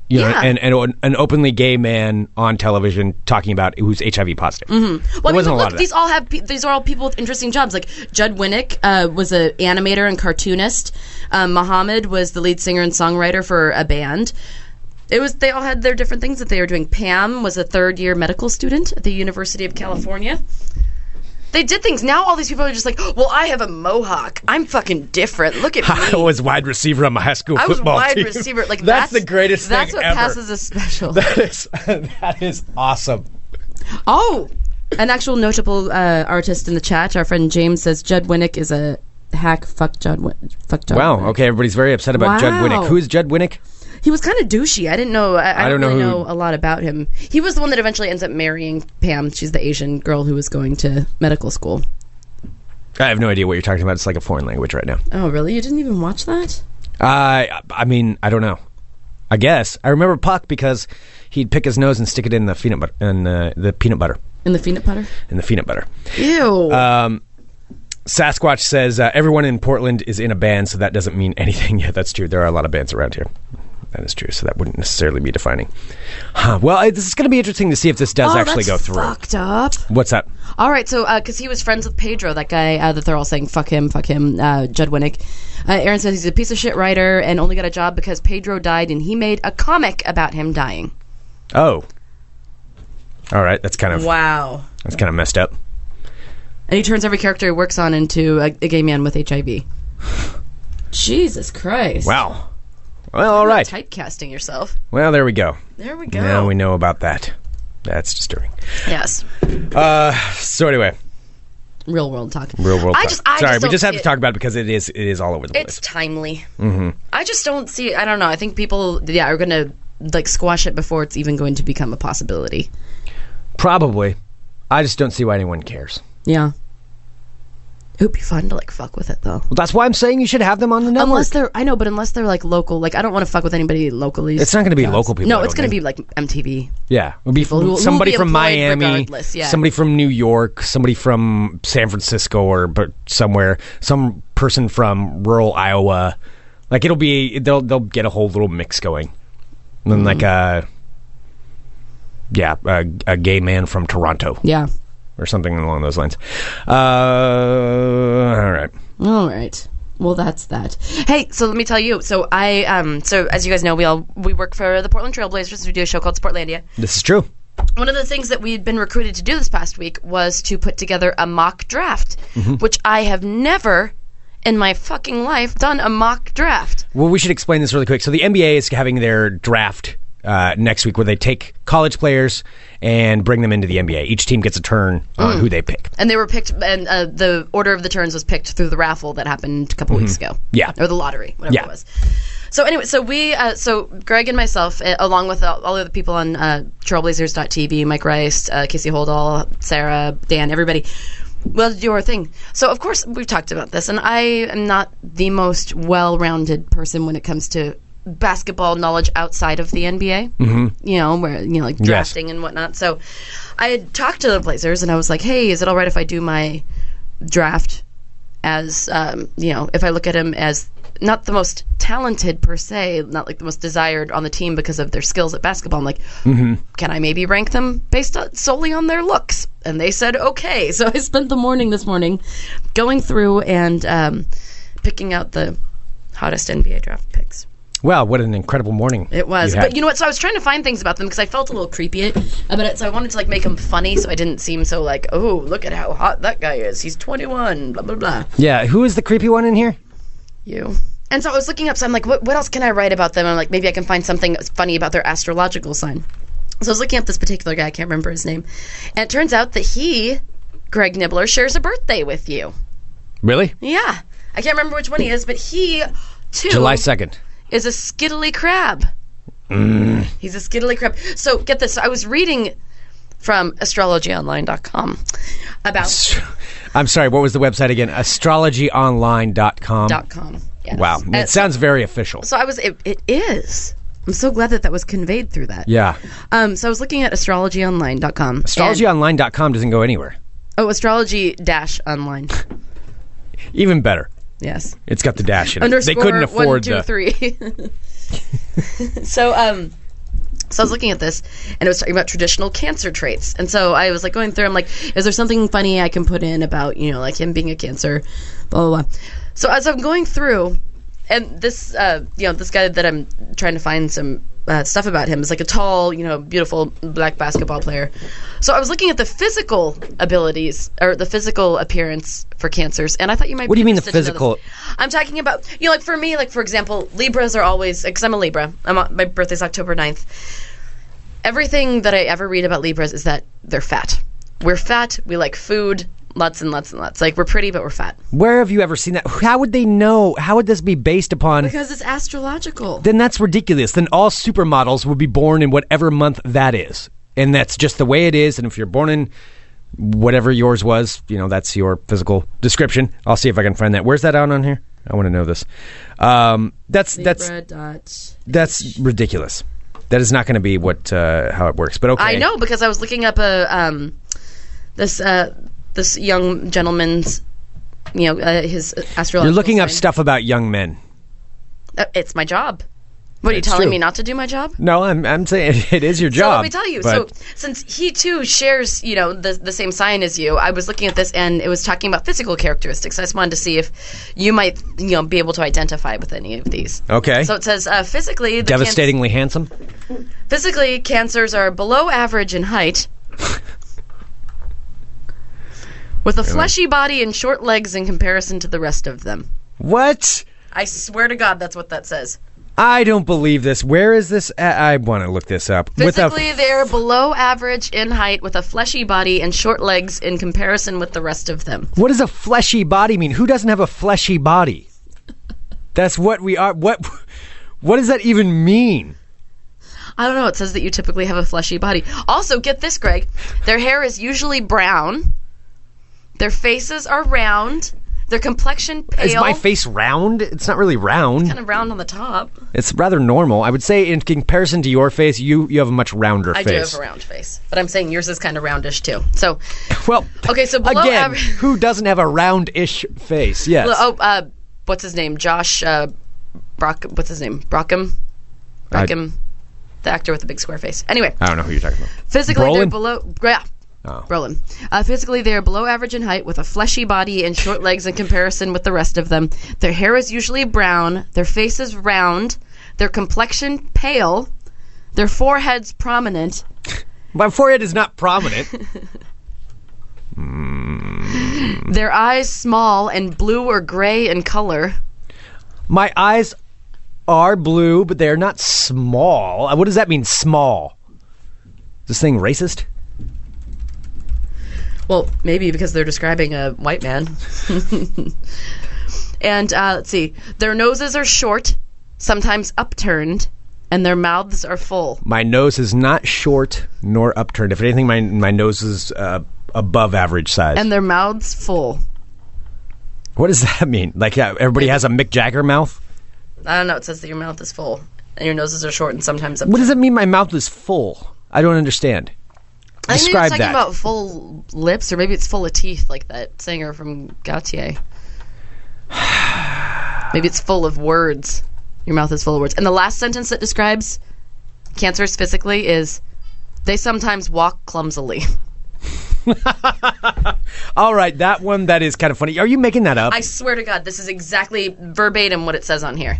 You know,
Yeah.
and, and an openly gay man on television talking about who's HIV positive.
Well,
Mm-hmm.
I mean,
wasn't
look,
a lot of that.
these all have pe- these are all people with interesting jobs. Like Judd Winnick uh, was an animator and cartoonist. Um, Muhammad was the lead singer and songwriter for a band. It was they all had their different things that they were doing. Pam was a third year medical student at the University of California. They did things. Now all these people are just like, well, I have a mohawk. I'm fucking different. Look at me.
I was wide receiver on my high school
I was
football
wide
team.
receiver. Like
that's, the greatest
That's
thing
what
ever.
passes as special.
that is that is awesome.
Oh, an actual notable uh, artist in the chat. Our friend James says Judd Winnick is a hack. Fuck Judd. Win- fuck Judd.
Wow.
Winnick.
Okay, everybody's very upset about Judd
Wow.
Winnick. Who is Judd Winnick?
He was kind of douchey. I didn't know. I, I,
don't
don't,
know
really
who-
know a lot about him. He was the one that eventually ends up marrying Pam. She's the Asian girl who was going to medical school.
I have no idea what you're talking about. It's like a foreign language right now.
Oh, really? You didn't even watch that?
I I mean I don't know. I guess I remember Puck because he'd pick his nose and stick it in the peanut butter in the, the peanut butter
In the peanut butter?
in the peanut butter.
Ew.
Sasquatch says uh, everyone in Portland is in a band, so that doesn't mean anything. Yeah, that's true. There are a lot of bands around here. that is true. So that wouldn't necessarily be defining. Huh. Well, I, this is going to be interesting to see if this does
Oh,
actually
that's
go through.
Fucked up.
What's that?
All right, so because he was friends with Pedro, that guy uh, that they're all saying "fuck him, fuck him," uh, Judd Winnick. Uh, Aaron says he's a piece of shit writer and only got a job because Pedro died, and he made a comic about him dying.
Oh. All right, that's kind of
Wow!
that's kind of messed up.
And he turns every character he works on into a, a gay man with HIV. Jesus Christ!
Wow. Well, all right.
Typecasting yourself.
Well, there we go.
There we go.
Now we know about that. That's disturbing.
Yes.
So anyway,
Real world talk.
real world.
I
talk.
just. I
Sorry, we
don't
just have
see
to
it.
talk about it because it is it is all over the
It's
place.
timely. Mm-hmm. I just don't see. I don't know. I think people, yeah, are gonna like squash it before it's even going to become a possibility.
Probably. I just don't see why anyone cares.
Yeah. It would be fun to like fuck with it though.
Well, that's why I'm saying you should have them on the network.
Unless they're, I know, but unless they're like local, like I don't want to fuck with anybody locally.
It's not going to be local people.
No,
I
it's
don't
going to be
think.
like MTV.
yeah. It'll be
who- who will
somebody
be
from
employed
Miami,
regardless, yeah.
somebody from New York, somebody from San Francisco or but somewhere, some person from rural Iowa. Like it'll be they'll they'll get a whole little mix going. And then like
Mm-hmm.
a yeah, a, a gay man from Toronto
Yeah.
or something along those lines. Uh, all right.
All right. Well, that's that. Hey, so let me tell you. So I, um, so as you guys know, we all we work for the Portland Trailblazers. We do a show called Sportlandia.
This is true.
one of the things that we had been recruited to do this past week was to put together a mock draft,
Mm-hmm.
which I have never in my fucking life done a mock draft.
Well, we should explain this really quick. So the NBA is having their draft uh, next week, where they take college players and bring them into the NBA. Each team gets a turn on
Mm.
who they pick.
And they were picked, and uh, the order of the turns was picked through the raffle that happened a couple weeks ago.
Mm-hmm. Yeah.
Or the lottery, whatever
Yeah.
it was. So anyway, so we, uh, so Greg and myself, uh, along with all, all the other people on uh, Trailblazers.tv, Mike Rice, uh, Kissy Holdall, Sarah, Dan, everybody, well, your thing. So of course we've talked about this, and I am not the most well-rounded person when it comes to basketball knowledge outside of the NBA. Mm-hmm. You know, where you know, like drafting and whatnot. So I had talked to the Blazers, and I was like, "Hey, is it all right if I do my draft as um, you know if I look at him as not the most talented per se, not like the most desired on the team because of their skills at basketball. I'm like, can I maybe rank them based on, solely on their looks? And they said okay. So I spent the morning this morning going through and um, picking out the hottest NBA draft picks.
Wow, what an incredible morning
It was,
had.
but you know what? So I was trying to find things about them because I felt a little creepy about it. So I wanted to like make them funny, so I didn't seem so like, oh, look at how hot that guy is. He's 21. Blah blah blah.
yeah, who is the creepy one in here?
you. And so I was looking up, so I'm like, what, what else can I write about them? I'm like, maybe I can find something that's funny about their astrological sign. So I was looking up this particular guy, I can't remember his name. And it turns out that he, Greg Nibbler, shares a birthday with you.
Really?
Yeah. I can't remember which one he is, but he, too,
July second.
is a skittly crab.
Mm.
He's a skittly crab. So get this. I was reading from astrologyonline.com about.
I'm sorry. What was the website again? Astrologyonline.com.
Dot com. Yes.
Wow,
Uh,
it sounds very official.
so I was. It, it is. I'm so glad that that was conveyed through that.
Yeah,
Um, so I was looking at astrologyonline.com. And,
astrologyonline.com doesn't go anywhere.
oh, astrology dash online.
Even better,
Yes.
it's got the dash in it.
Underscore
They couldn't afford
one, two,
the.
three. so, um, so I was looking at this, and it was talking about traditional cancer traits. And so I was like going through. I'm like, is there something funny I can put in about you know like him being a cancer, blah blah. blah. So as I'm going through, and this uh, you know this guy that I'm trying to find some uh, stuff about him is like a tall you know beautiful black basketball player. So I was looking at the physical abilities or the physical appearance for cancers, and I thought you might.
What do you
be
mean the
interested to know
physical-
this. I'm talking about you know like for me like for example Libras are always because I'm a Libra. I'm on, my birthday's October 9th everything that I ever read about Libras is that they're fat. We're fat. We like food, lots and lots and lots. Like we're pretty, but we're fat
Where have you ever seen that? How would they know? How would this be based upon?
because it's astrological.
then that's ridiculous. Then all supermodels would be born in whatever month that is. And that's just the way it is. And if you're born in whatever yours was, you know, that's your physical description. I'll see if I can find that. Where's that out on here? I want to know this. Um, that's that's
dot.
that's ridiculous. That is not going to be what uh, how it works. But okay,
I know because I was looking up a um, this uh, this young gentleman's you know uh, his astrological.
You're looking up
sign.
stuff about young men.
Uh, it's my job. What are you
It's
telling
true.
me not to do my job?
No, I'm I'm saying it is your
So
job.
let me tell you.
but-
so since he too shares, you know, the the same sign as you, I was looking at this and it was talking about physical characteristics. I just wanted to see if you might, you know, be able to identify with any of these.
okay.
So it says uh, physically, the
Devastatingly handsome.
canc- physically, cancers are below average in height, with a fleshy body and short legs in comparison to the rest of them.
What?
I swear to God, that's what that says.
I don't believe this. Where is this? At? I want to look this up. With a-
Physically, they're below average in height, with a fleshy body and short legs in comparison with the rest of them.
what does a fleshy body mean? Who doesn't have a fleshy body? That's what we are. What? What does that even mean?
I don't know. It says that you typically have a fleshy body. Also, get this, Greg. Their hair is usually brown. Their faces are round. Their complexion pale.
Is my face round? It's not really round.
kind of round on the top?
It's rather normal. I would say in comparison to your face, you you have a much rounder
I do
face.
have a round face, but I'm saying yours is kind of roundish too. So,
Well,
okay, so below
again,
average.
who doesn't have a round-ish face? Yes.
Oh, uh, what's his name? Josh uh, Brock. What's his name? Brockham. Brockham. the actor with the big square face. Anyway,
I don't know who you're talking about.
physically they're
Brolin?
below. Yeah.
Oh.
Brolin. Uh, physically, they are below average in height, with a fleshy body and short legs in comparison with the rest of them. Their hair is usually brown. Their face is round. Their complexion pale. Their foreheads prominent.
My forehead is not prominent.
Their eyes small and blue or gray in color.
My eyes are blue, but they're not small. Uh, What does that mean, small? Is this thing racist?
Well, maybe because they're describing a white man. and uh, let's see, their noses are short, sometimes upturned, and their mouths are full.
My nose is not short nor upturned. If anything, my my nose is uh, above average size.
And their mouths full.
what does that mean? Like, yeah, everybody has a Mick Jagger mouth.
I don't know. It says that your mouth is full, and your noses are short, and sometimes upturned.
What does it mean? My mouth is full. I don't understand.
I think
Describe
it's talking
that.
about full lips, or maybe it's full of teeth, like that singer from Gautier. maybe it's full of words. Your mouth is full of words. And the last sentence that describes cancers physically is they sometimes walk clumsily.
All right, that one that is kind of funny. Are you making that up?
I swear to God, this is exactly verbatim what it says on here.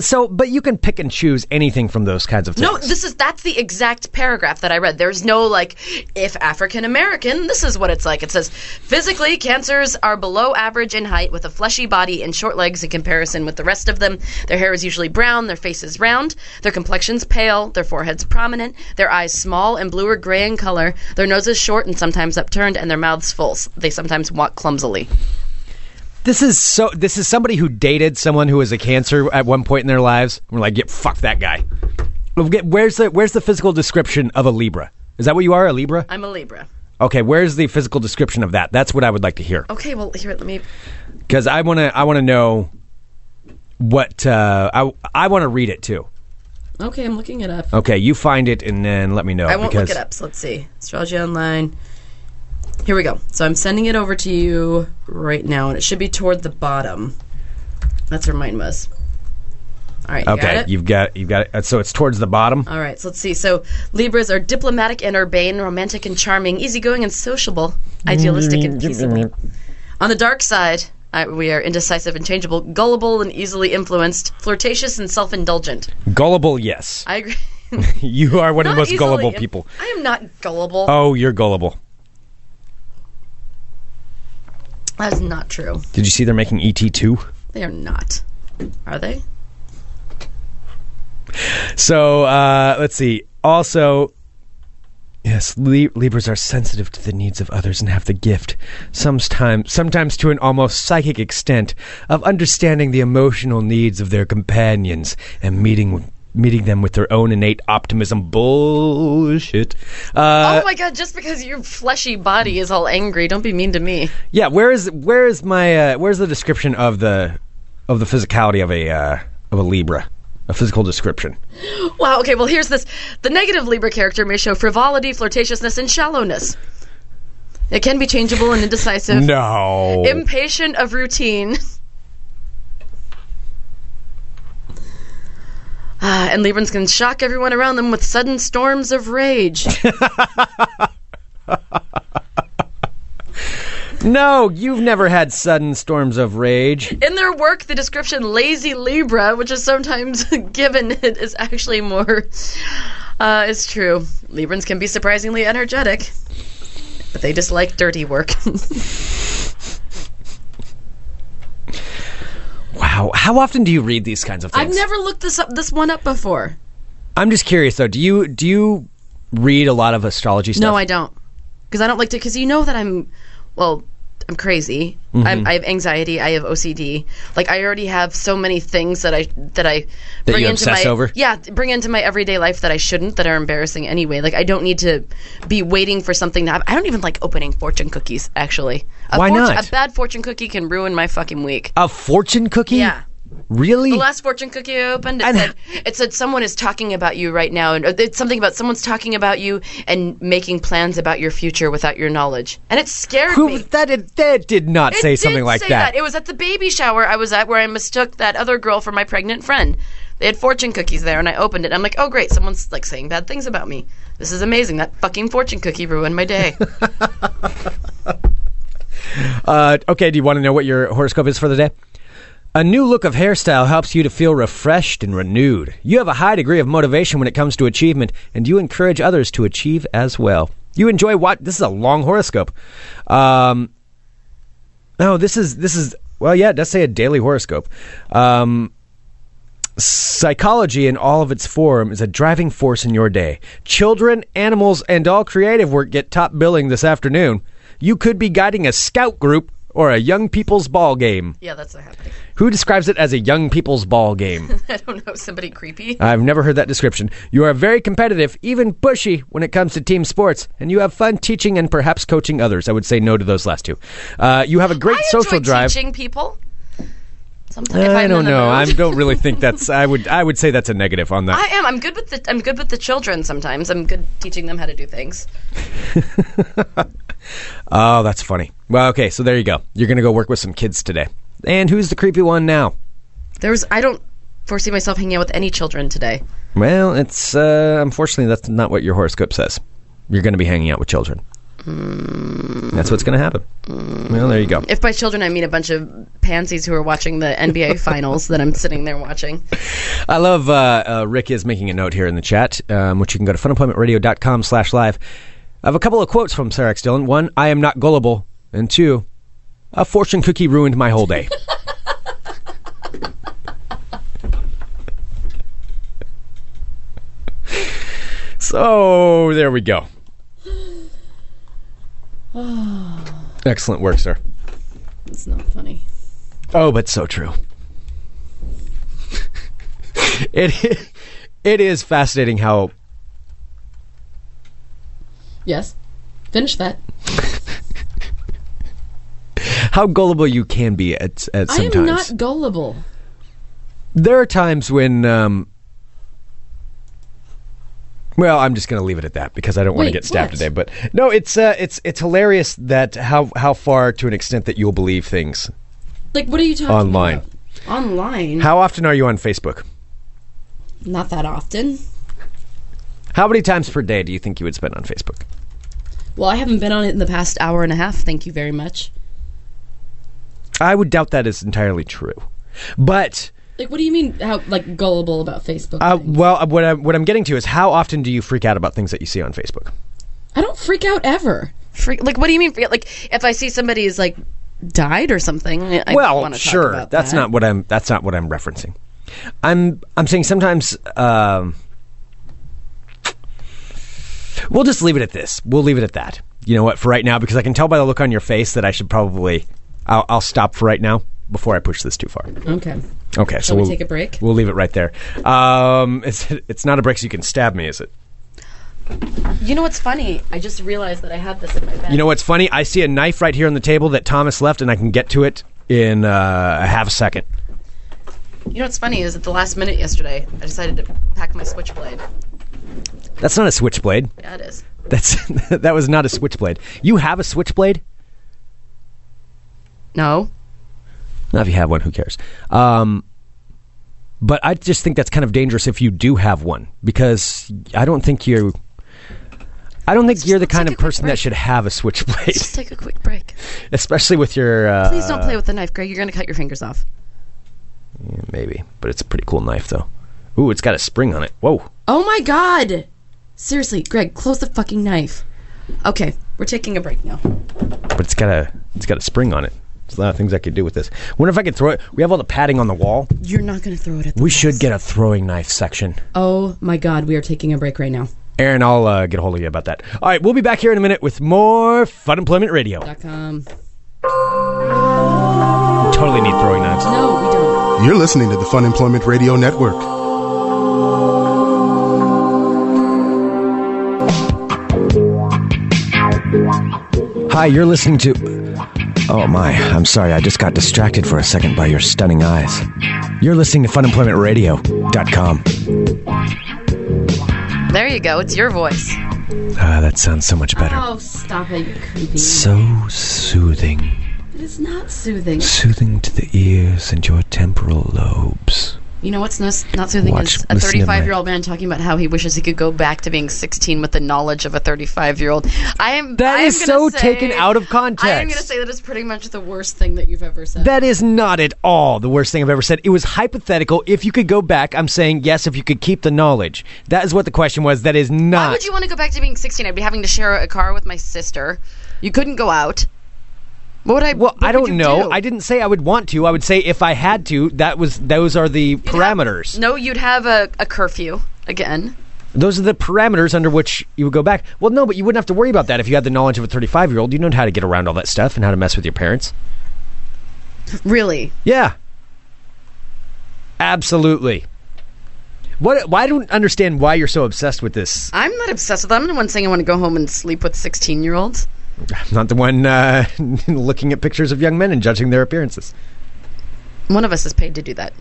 so, but you can pick and choose anything from those kinds of things.
No, this is that's the exact paragraph that I read. There's no like if African American, this is what it's like. It says physically cancers are below average in height with a fleshy body and short legs in comparison with the rest of them. Their hair is usually brown, their face is round, their complexions pale, their foreheads prominent, their eyes small and blue or gray in color, their noses short and sometimes upturned and their mouths full. They sometimes walk clumsily.
This is so. This is somebody who dated someone who was a cancer at one point in their lives. We're like, yeah, fuck that guy. We'll get- Where's the Where's the physical description of a Libra? Is that what you are, a Libra?
I'm a Libra.
Okay, where's the physical description of that? That's what I would like to hear
Okay, well here let me
because I want to. I want to know what uh, I I want to read it too.
Okay, I'm looking it up.
Okay, you find it and then let me know.
I won't
because
look it up. So let's see. Astrology Online. Here we go. So I'm sending it over to you right now, and it should be toward the bottom. That's where mine was. All right, you got
Okay,
it?
you've got you've got it. Uh, So it's towards the bottom.
All right, so let's see. So Libras are diplomatic and urbane, romantic and charming, easygoing and sociable, idealistic and peaceable. On the dark side, I, we are indecisive and changeable, gullible and easily influenced, flirtatious and self-indulgent.
Gullible, yes.
I agree.
You are one of
Not
the most
easily
gullible
in-
people.
I am not gullible.
Oh, you're gullible.
That is not true.
Did you see they're making ET two?
They are not. Are they?
So uh, let's see. Also, yes, Li- Libras are sensitive to the needs of others and have the gift, sometimes, sometimes to an almost psychic extent, of understanding the emotional needs of their companions and meeting meeting them with their own innate optimism. Bullshit. Uh,
oh my god, just because your fleshy body is all angry, don't be mean to me.
Yeah, where is where is my uh, where's the description of the of the physicality of a uh, of a Libra? A physical description.
Wow, okay, well, here's this. The negative Libra character may show frivolity, flirtatiousness, and shallowness. It can be changeable and indecisive,
No.
impatient of routine. Uh, and Lieberman's going to shock everyone around them with sudden storms of rage.
No, you've never had sudden storms of rage.
In their work, the description lazy Libra, which is sometimes given, it is actually more. Uh, it's true. Librans can be surprisingly energetic, but they dislike dirty work.
Wow. How often do you read these kinds of things?
I've never looked this up, this one up before.
I'm just curious though. Do you do you read a lot of astrology stuff?
No, I don't, because I don't like to. Because you know that I'm, well, I'm crazy.
Mm-hmm.
I'm, I have anxiety. I have OCD. Like I already have so many things that I that I
That
bring
you
into
obsess
my
over?
yeah bring into my everyday life that I shouldn't that are embarrassing anyway. Like I don't need to be waiting for something that I don't even like opening fortune cookies. Actually, a
Why
fortune,
not?
A bad fortune cookie can ruin my fucking week.
A fortune cookie?
Yeah.
Really?
The last fortune cookie I opened, it
And-
said, it said someone is talking about you right now, and uh, it's something about someone's talking about you and making plans about your future without your knowledge, and it scared
Who
me.
that did, that did not
It
say
did
something like
say
that.
It was at the baby shower I was at where I mistook that other girl for my pregnant friend. They had fortune cookies there, and I opened it. and I'm like, oh great, someone's like saying bad things about me. This is amazing. That fucking fortune cookie ruined my day.
Uh, okay, do you want to know what your horoscope is for the day? A new look of hairstyle helps you to feel refreshed and renewed. You have a high degree of motivation when it comes to achievement, and you encourage others to achieve as well. You enjoy what? This is a long horoscope. Um, no, this is this is well, yeah, it does say a daily horoscope. Um, Psychology in all of its form is a driving force in your day. Children, animals, and all creative work get top billing this afternoon. You could be guiding a scout group or a young people's ball game.
yeah, that's not happening.
Who describes it as a young people's ball game?
I don't know somebody creepy.
I've never heard that description. You are very competitive, even pushy, when it comes to team sports, and you have fun teaching and perhaps coaching others. I would say no to those last two. Uh, you have a great
I
social
enjoy
drive.
teaching people. Sometimes if
I
I'm
don't
in the
know.
mood.
I don't really think that's. I would. I would say that's a negative on that.
I am. I'm good with the. I'm good with the children. Sometimes I'm good teaching them how to do things.
Oh, that's funny. Well, okay, so there you go. You're going to go work with some kids today. And who's the creepy one now?
There was. I don't foresee myself hanging out with any children today.
Well, it's uh, unfortunately that's not what your horoscope says. You're going to be hanging out with children. That's what's going to happen. Well, there you go.
If by children I mean a bunch of pansies who are watching the NBA finals that I'm sitting there watching.
I love uh, uh, Rick is making a note here in the chat, um, which you can go to funemploymentradio.com slash live. I have a couple of quotes from Sarah X. Dillon. One, I am not gullible. And two, a fortune cookie ruined my whole day. so there we go. Excellent work, sir.
It's not funny.
Oh, but so true. it i- it is fascinating how
Yes. Finish that.
how gullible you can be at at sometimes.
gullible.
there are times when um well, I'm just going to leave it at that because I don't want to
Wait,
get stabbed
what?
today. But no, it's uh, it's it's hilarious that how how far to an extent that you'll believe things
Like what are you talking
online.
Online.
How often are you on Facebook?
not that often.
How many times per day do you think you would spend on Facebook?
Well, I haven't been on it in the past hour and a half. Thank you very much.
I would doubt that is entirely true, but
Like, what do you mean? How like gullible about Facebook?
Uh,
thing?
well, uh, what I'm, what I'm getting to is how often do you freak out about things that you see on Facebook?
I don't freak out ever.
Freak, like what do you mean? Freak, like if I see somebody is like died or something. I I
well,
wanna talk
sure,
about
that's
that.
not what I'm that's not what I'm referencing. I'm I'm saying sometimes. Um, we'll just leave it at this. We'll leave it at that. You know what? For right now, because I can tell by the look on your face that I should probably I'll, I'll stop for right now before I push this too far.
Okay.
Okay, so
Shall we
we'll
take a break?
We'll leave it right there. Um, it's it's not a break, so you can stab me, is it?
You know what's funny? I just realized that I have this in my bag.
You know what's funny? I see a knife right here on the table that Thomas left, and I can get to it in uh, a half second.
You know what's funny is at the last minute yesterday, I decided to pack my switchblade.
That's not a switchblade.
Yeah, it is.
That's that was not a switchblade. You have a switchblade?
No.
Now, if you have one, who cares? Um, But I just think that's kind of dangerous if you do have one because I don't think you. I don't think you're the
let's
kind
take
of
a quick
person that
break.
should have a switchblade,
Just take a quick break.
especially with your. Uh,
Please don't play with the knife, Greg. You're going to cut your fingers off.
uh, Maybe, but it's a pretty cool knife though. Ooh, it's got a spring on it. Whoa.
Oh my god.
God! Seriously, Greg, close the fucking knife. Okay, we're taking a break now.
but it's got a it's got a spring on it. There's a lot of things I could do with this. Wonder if I could throw it. We have all the padding on the wall.
You're not going to throw it at the
We should get a throwing knife section.
Oh my god, we are taking a break right now.
Aaron, I'll uh, get a hold of you about that. All right, we'll be back here in a minute with more Fun Employment Radio.
Um,
Totally need throwing knives.
no, we don't.
You're listening to the Fun Employment Radio Network.
Hi, you're listening to. Oh my, I'm sorry, I just got distracted for a second by your stunning eyes. You're listening to FunEmploymentRadio.com.
There you go. It's your voice.
Ah, that sounds so much better.
Oh, stop it, you creepy.
So soothing.
It is not soothing.
Soothing to the ears and your temporal lobes.
You know what's not, not soothing
Watch-
is a
listen to
35 year old man talking about how he wishes he could go back to being 16 with the knowledge of a 35 year old. I am
That
I am
is
gonna
so
say-
taken out of context.
I am going to say that is pretty much the worst thing that you've ever said.
That is not at all the worst thing I've ever said. It was hypothetical. If you could go back, I'm saying yes, if you could keep the knowledge. That is what the question was. That is
Why
not.
would you want to go back to being 16? I'd be having to share a car with my sister. You couldn't go out. What would I?
well,
what
I
could
don't
you
know.
do?
I didn't say I would want to. I would say if I had to, that was those are the
You'd have-
parameters.
no, you'd have a, a curfew again.
Those are the parameters under which you would go back. Well, no, but you wouldn't have to worry about that if you had the knowledge of a 35-year-old. You know how to get around all that stuff and how to mess with your parents.
Really?
Yeah. Absolutely. What why I don't understand why you're so obsessed with this
I'm not obsessed with that. I'm the one saying I want to go home and sleep with 16 year olds.
Not the one uh, looking at pictures of young men and judging their appearances.
One of us is paid to do that.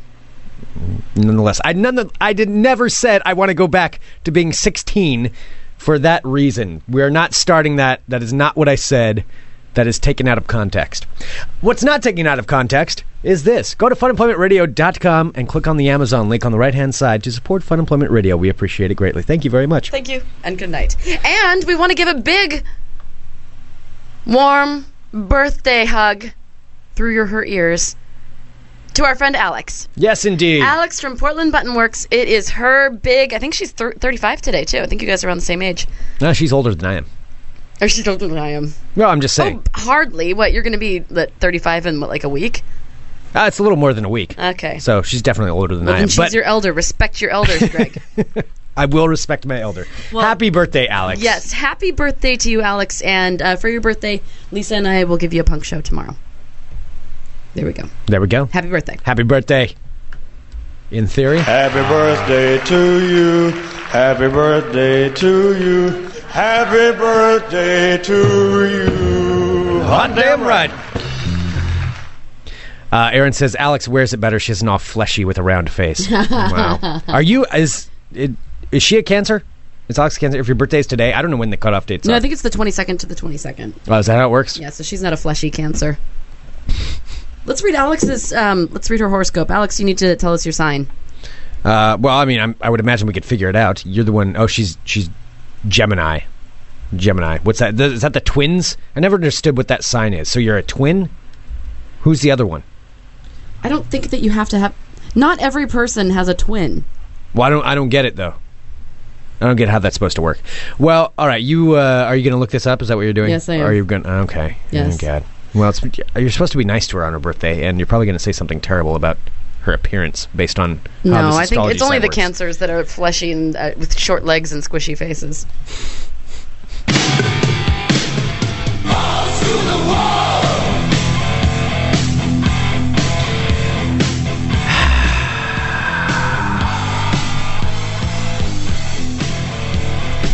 Nonetheless, I none the, I did never said I want to go back to being 16 for that reason. We are not starting that. That is not what I said. That is taken out of context. What's not taken out of context is this. Go to funemploymentradio.com and click on the Amazon link on the right hand side to support Fun Employment Radio. We appreciate it greatly. Thank you very much.
Thank you and good night. And we want to give a big, warm birthday hug through your, her ears to our friend Alex.
Yes, indeed.
Alex from Portland Button Works. It is her big. I think she's thir- 35 today too. I think you guys are around the same age.
no, she's older than I am.
Or she's older than I am.
No, I'm just saying.
Oh, hardly. What you're going to be like, 35 in what, like a week?
Uh, it's a little more than a week.
Okay.
So she's definitely older than I am.
and she's
but
your elder. Respect your elders, Greg.
I will respect my elder. Happy birthday, Alex.
yes. Happy birthday to you, Alex. And uh, for your birthday, Lisa and I will give you a punk show tomorrow. There we go.
There we go.
Happy birthday.
Happy birthday. In theory.
Happy birthday to you. Happy birthday to you. Happy birthday to you.
Hot damn right. Uh, Aaron says Alex wears it better. She isn't all fleshy with a round face. wow. Are you is it, is she a cancer? Is Alex a cancer? If your birthday's today, I don't know when the cutoff date's.
No,
are.
I think it's the 22nd to the 22nd.
oh, is that how it works?
Yeah, so she's not a fleshy cancer. Let's read Alex's. Um, let's read her horoscope. Alex, you need to tell us your sign.
Uh, well, I mean, I'm, I would imagine we could figure it out. You're the one oh she's she's Gemini. Gemini. What's that? Th- Is that the twins? I never understood what that sign is. So you're a twin. Who's the other one?
I don't think that you have to have. Not every person has a twin.
Well, I don't. I don't get it though. I don't get how that's supposed to work. Well, all right. You uh, are you going to look this up? Is that what you're doing?
Yes, I am.
Are you going? to Okay.
Yes.
Oh, God. Well, it's, you're supposed to be nice to her on her birthday, and you're probably going to say something terrible about her appearance based on. How
no,
this
I think
astrology
it's only
sign
the
works.
cancers that are fleshy and uh, with short legs and squishy faces.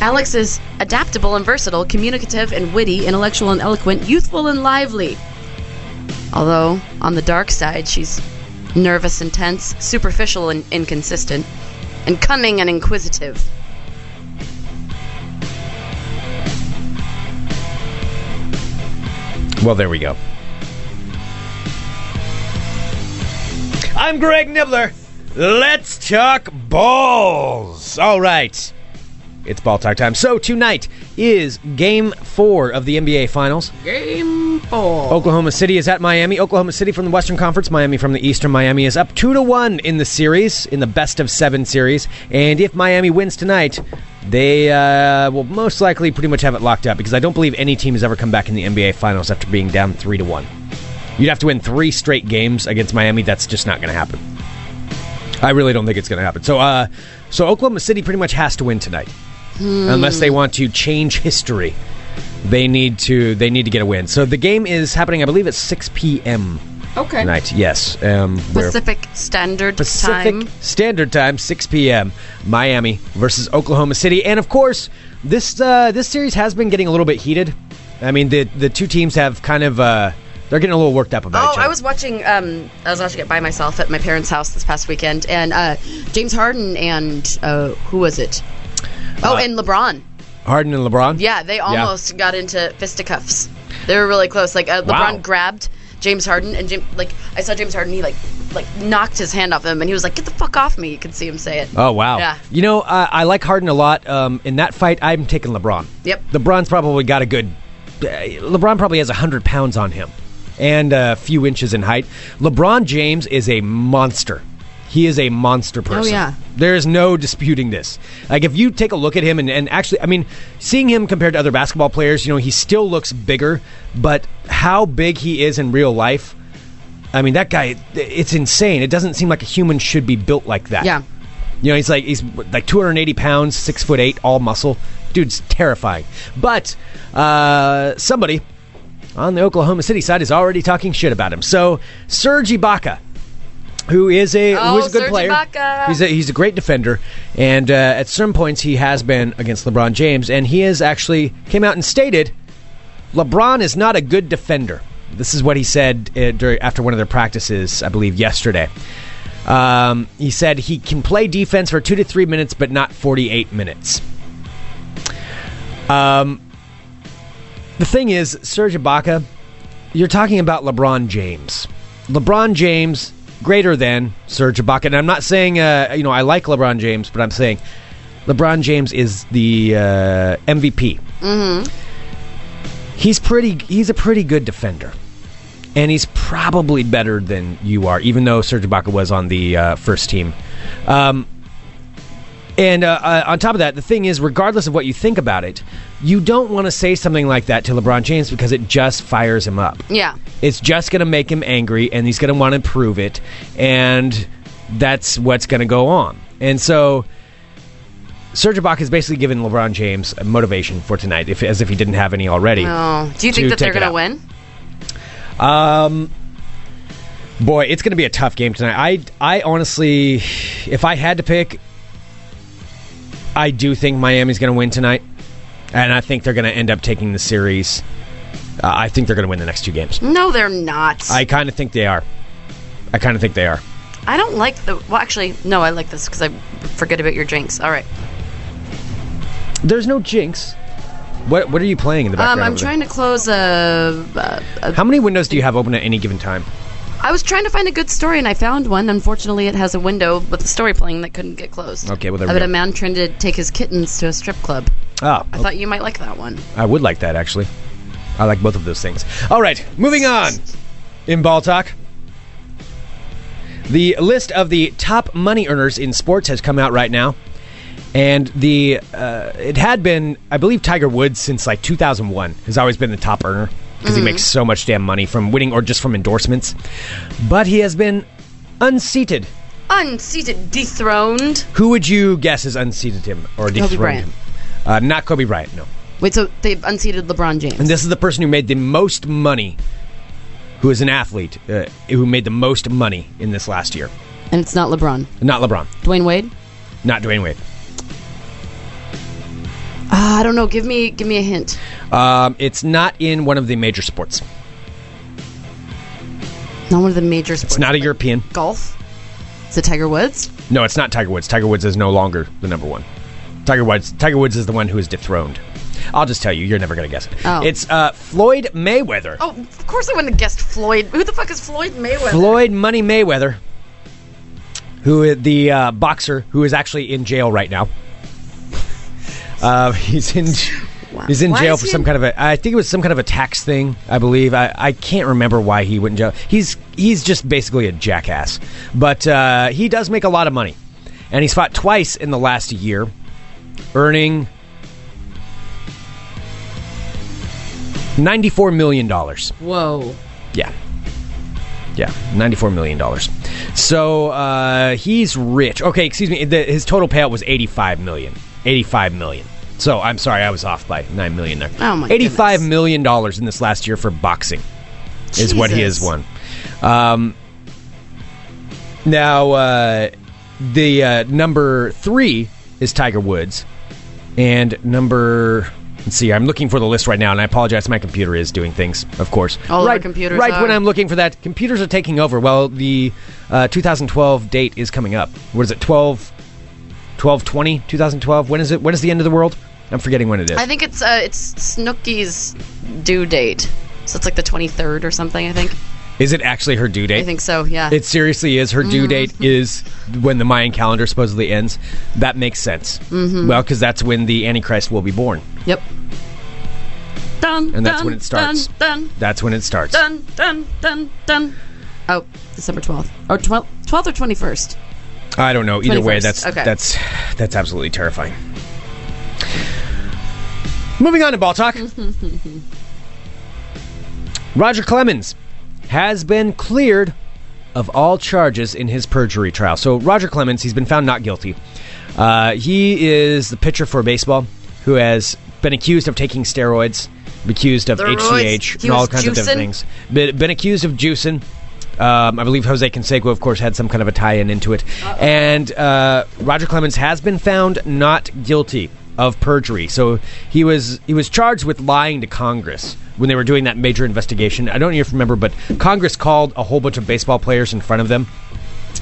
Alex is adaptable and versatile, communicative and witty, intellectual and eloquent, youthful and lively. Although, on the dark side, she's nervous and tense, superficial and inconsistent, and cunning and inquisitive.
Well, there we go. I'm Greg Nibbler. Let's talk balls. All right. It's ball talk time. So tonight is game four of the NBA Finals.
Game four.
Oklahoma City is at Miami. Oklahoma City from the Western Conference, Miami from the Eastern. Miami is up two to one in the series, in the best of seven series. And if Miami wins tonight, they uh, will most likely pretty much have it locked up because I don't believe any team has ever come back in the NBA Finals after being down three to one. You'd have to win three straight games against Miami. That's just not going to happen. I really don't think it's going to happen. So, uh, so Oklahoma City pretty much has to win tonight, unless they want to change history. They need to. They need to get a win. So the game is happening. I believe at 6 p.m.
Okay.
tonight. Yes, um, we're-
Pacific Standard
Pacific
Time.
Standard Time, 6 p.m. Miami versus Oklahoma City, and of course, this uh, this series has been getting a little bit heated. I mean, the the two teams have kind of uh, they're getting a little worked up about
Oh,
each other.
I was watching. Um, I was watching it by myself at my parents' house this past weekend, and uh, James Harden and uh, who was it?
Uh,
Oh, and LeBron.
Harden and LeBron.
Yeah, they almost got into fisticuffs. They were really close. Like uh, LeBron
Wow.
grabbed James Harden, and Jim, like I saw James Harden, he like like knocked his hand off him, and he was like, "Get the fuck off me!" You could see him say it.
Oh wow!
Yeah.
You know, uh, I like Harden a lot. Um, in that fight, I'm taking LeBron.
Yep.
LeBron's probably got a good. uh, LeBron probably has hundred pounds on him, and a few inches in height. LeBron James is a monster. He is a
Oh,
monster person.
yeah.
There is no disputing this. Like if you take a look at him and, and actually I mean, seeing him compared to other basketball players, you know, he still looks bigger, but how big he is in real life, I mean that guy it's insane. It doesn't seem like a human should be built like that.
Yeah.
You know, he's like he's like 280 pounds, six foot eight, all muscle. Dude's terrifying. But uh, somebody on the Oklahoma City side is already talking shit about him. So Serge Ibaka, who is a
Oh,
who's a good
Serge
player,
Ibaka.
he's a he's a great defender, and uh, at certain points he has been against LeBron James, and he has actually came out and stated LeBron is not a good defender. This is what he said uh, during, after one of their practices, I believe, yesterday. Um, he said he can play defense for two to three minutes, but not 48 minutes. Um, the thing is, Serge Ibaka, you're talking about LeBron James. LeBron James greater than Serge Ibaka, and I'm not saying uh, you know I like LeBron James, but I'm saying LeBron James is the uh, MVP. Mm-hmm. He's pretty. He's a pretty good defender, and he's probably better than you are, even though Serge Ibaka was on the uh, first team. Um, and uh, uh, on top of that, the thing is, regardless of what you think about it, you don't want to say something like that to LeBron James because it just fires him up.
Yeah.
It's just going to make him angry, and he's going to want to prove it, and that's what's going to go on. And so, Serge Ibaka has basically given LeBron James motivation for tonight, if, as if he didn't have any already.
Oh, do you think
To
that they're
take it
gonna
out.
win?
Boy, it's going to be a tough game tonight. I, I honestly, if I had to pick, I do think Miami's going to win tonight, and I think they're going to end up taking the series. Uh, I think they're going to win the next two games.
No, they're not.
I kind of think they are. I kind of think they are.
I don't like the. Well, actually, no, I like this because I forget about your drinks. All right.
There's no jinx. What What are you playing in the
Um,
background?
I'm
over there?
trying to close a. Uh, a
How many windows do you have open at any given time?
I was trying to find a good story and I found one. Unfortunately, it has a window with a story playing that couldn't get closed.
Okay, well, there we
About
go.
a man trying to take his kittens to a strip club.
Oh,
I thought you might like that one.
I would like that actually. I like both of those things. All right, moving on. In ball talk, the list of the top money earners in sports has come out right now, and the uh, it had been I believe Tiger Woods since like 2001 has always been the top earner because he makes so much damn money from winning or just from endorsements, but he has been unseated.
Unseated, dethroned.
Who would you guess has unseated him or dethroned
Bryant.
him? Uh, not Kobe Bryant, no.
Wait, so they've unseated LeBron James.
And this is the person who made the most money, who is an athlete, uh, who made the most money in this last year.
and it's not LeBron.
Not LeBron,
Dwayne Wade?
not Dwayne Wade.
Ah, I don't know. Give me give me a hint.
Um, it's not in one of the major sports.
Not one of the major sports.
It's not a European.
Golf? Is it Tiger Woods?
No, it's not Tiger Woods. Tiger Woods is no longer the number one. Tiger Woods. Tiger Woods is the one who is dethroned. I'll just tell you. You're never gonna guess it.
Oh.
It's uh, Floyd Mayweather.
Oh, of course I wouldn't have guessed Floyd. Who the fuck is Floyd Mayweather?
Floyd Money Mayweather who is the uh, boxer who is actually in jail right now. Uh, he's in he's in
Why
jail
is
for
he
some
in-
kind of a I think it was some kind of a tax thing I believe I, I can't remember why he went in jail. He's he's just basically a jackass, but uh, he does make a lot of money, and he's fought twice in the last year, earning ninety four million dollars.
Whoa.
Yeah. Yeah, ninety-four million dollars. So uh, he's rich. Okay, excuse me. The, his total payout was eighty-five million. Eighty-five million. So I'm sorry, I was off by nine million there.
Oh, my
Eighty-five
goodness.
million dollars in this last year for boxing is what he has
Jesus.
won. Um, now uh, the uh, number three is Tiger Woods, and number let's see, I'm looking for the list right now, and I apologize, my computer is doing things, of course.
All of our
right,
computers
Right
are.
when I'm looking for that, computers are taking over. Well, the uh, 2012 date is coming up. What is it? 12, 12, 20, 2012. When is it? When is the end of the world? I'm forgetting when it is.
I think it's uh, it's Snooki's due date, so it's like the 23rd or something. I think.
is it actually her due date?
I think Mm-hmm. so. Yeah.
It seriously is. Her due date is when the Mayan calendar supposedly ends. That makes sense. Mm-hmm. Well, because that's when the Antichrist will be born.
yep. Dun,
And that's
dun,
when it starts.
Dun
That's when it starts.
dun dun dun dun dun. Oh, December 12th or 12th, 12th or 21st.
I don't know. Either way,
21st.
that's
Okay.
that's that's absolutely terrifying. Moving on to ball talk. Roger Clemens has been cleared of all charges in his perjury trial. So Roger Clemens, he's been found not guilty. Uh, he is the pitcher for baseball who has been accused of taking steroids, been accused of
Steroids.
HGH,
He
and all
was
kinds of different
juicing.
things. Been, been accused of juicing. Um, I believe Jose Canseco, of course, had some kind of a tie-in into it. And uh, Roger Clemens has been found not guilty of perjury. So he was he was charged with lying to Congress when they were doing that major investigation. I don't even remember, but Congress called a whole bunch of baseball players in front of them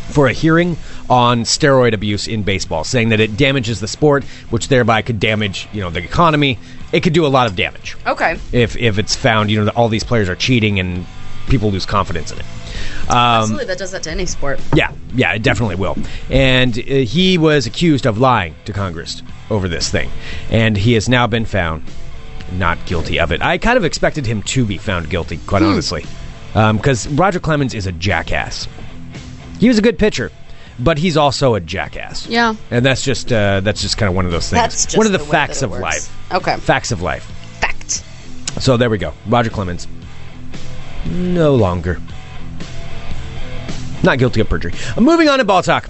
for a hearing on steroid abuse in baseball, saying that it damages the sport, which thereby could damage you know the economy. It could do a lot of damage
Okay.
if if it's found you know that all these players are cheating and people lose confidence in it. Um,
Absolutely, that does that to any sport.
Yeah, yeah, it definitely will. And uh, he was accused of lying to Congress over this thing, and he has now been found not guilty of it. I kind of expected him to be found guilty, quite
Hmm.
honestly, because Roger Clemens is a jackass. He was a good pitcher, but he's also a jackass.
Yeah.
and that's just uh, that's just kind of one of those things.
That's just
one of the,
the way
facts
that it
of
works.
life.
Okay.
facts of life.
Fact.
So there we go. Roger Clemens. No longer. Not guilty of perjury. Uh, moving on to ball talk.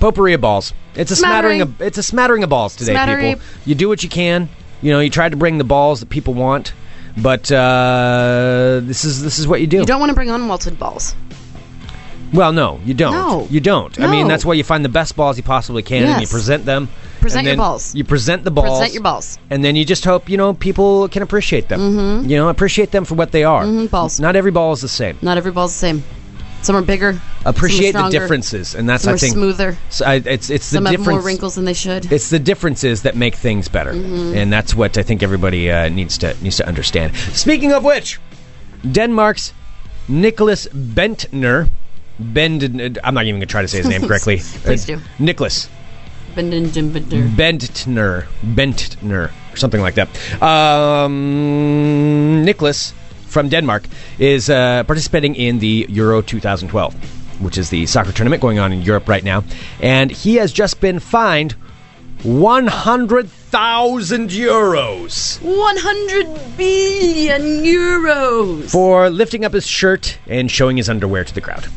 Potpourri of balls. It's a smattering.
Mm-hmm. Smattering.
of it's a smattering of balls today,
Smattery.
people. You do what you can. You know, you try to bring the balls that people want, but uh, this is this is what you do.
You don't want to bring unwelted balls.
Well, no, you don't.
No.
You don't. I mean,
No.
that's why you find the best balls you possibly can and you
Yes.
present them.
Present
and
your
then
balls.
You present the balls.
Present your balls.
And then you just hope, you know, people can appreciate them. You know, appreciate them for what they are.
Mm-hmm. balls.
Not every ball is the same.
Not every ball's the same. Some are bigger. some are
Appreciate the
stronger,
differences, and that's
Some
I
are
think
smoother.
So I, it's it's
Some
the
have more
difference.
wrinkles Mm-hmm. than they should.
It's the differences that make things better, and that's what I think everybody uh, needs to needs to understand. Speaking of which, Denmark's Nicholas Bentner, Bend. I'm not even going to try to say his name correctly.
Please do.
Nicholas
Bendinjimbinder.
Bentner, Bentner, or something like that. Um, Nicholas from Denmark is uh, participating in the Euro 2012, which is the soccer tournament going on in Europe right now, and he has just been fined 100,000 euros
100 billion euros.
for lifting up his shirt and showing his underwear to the crowd.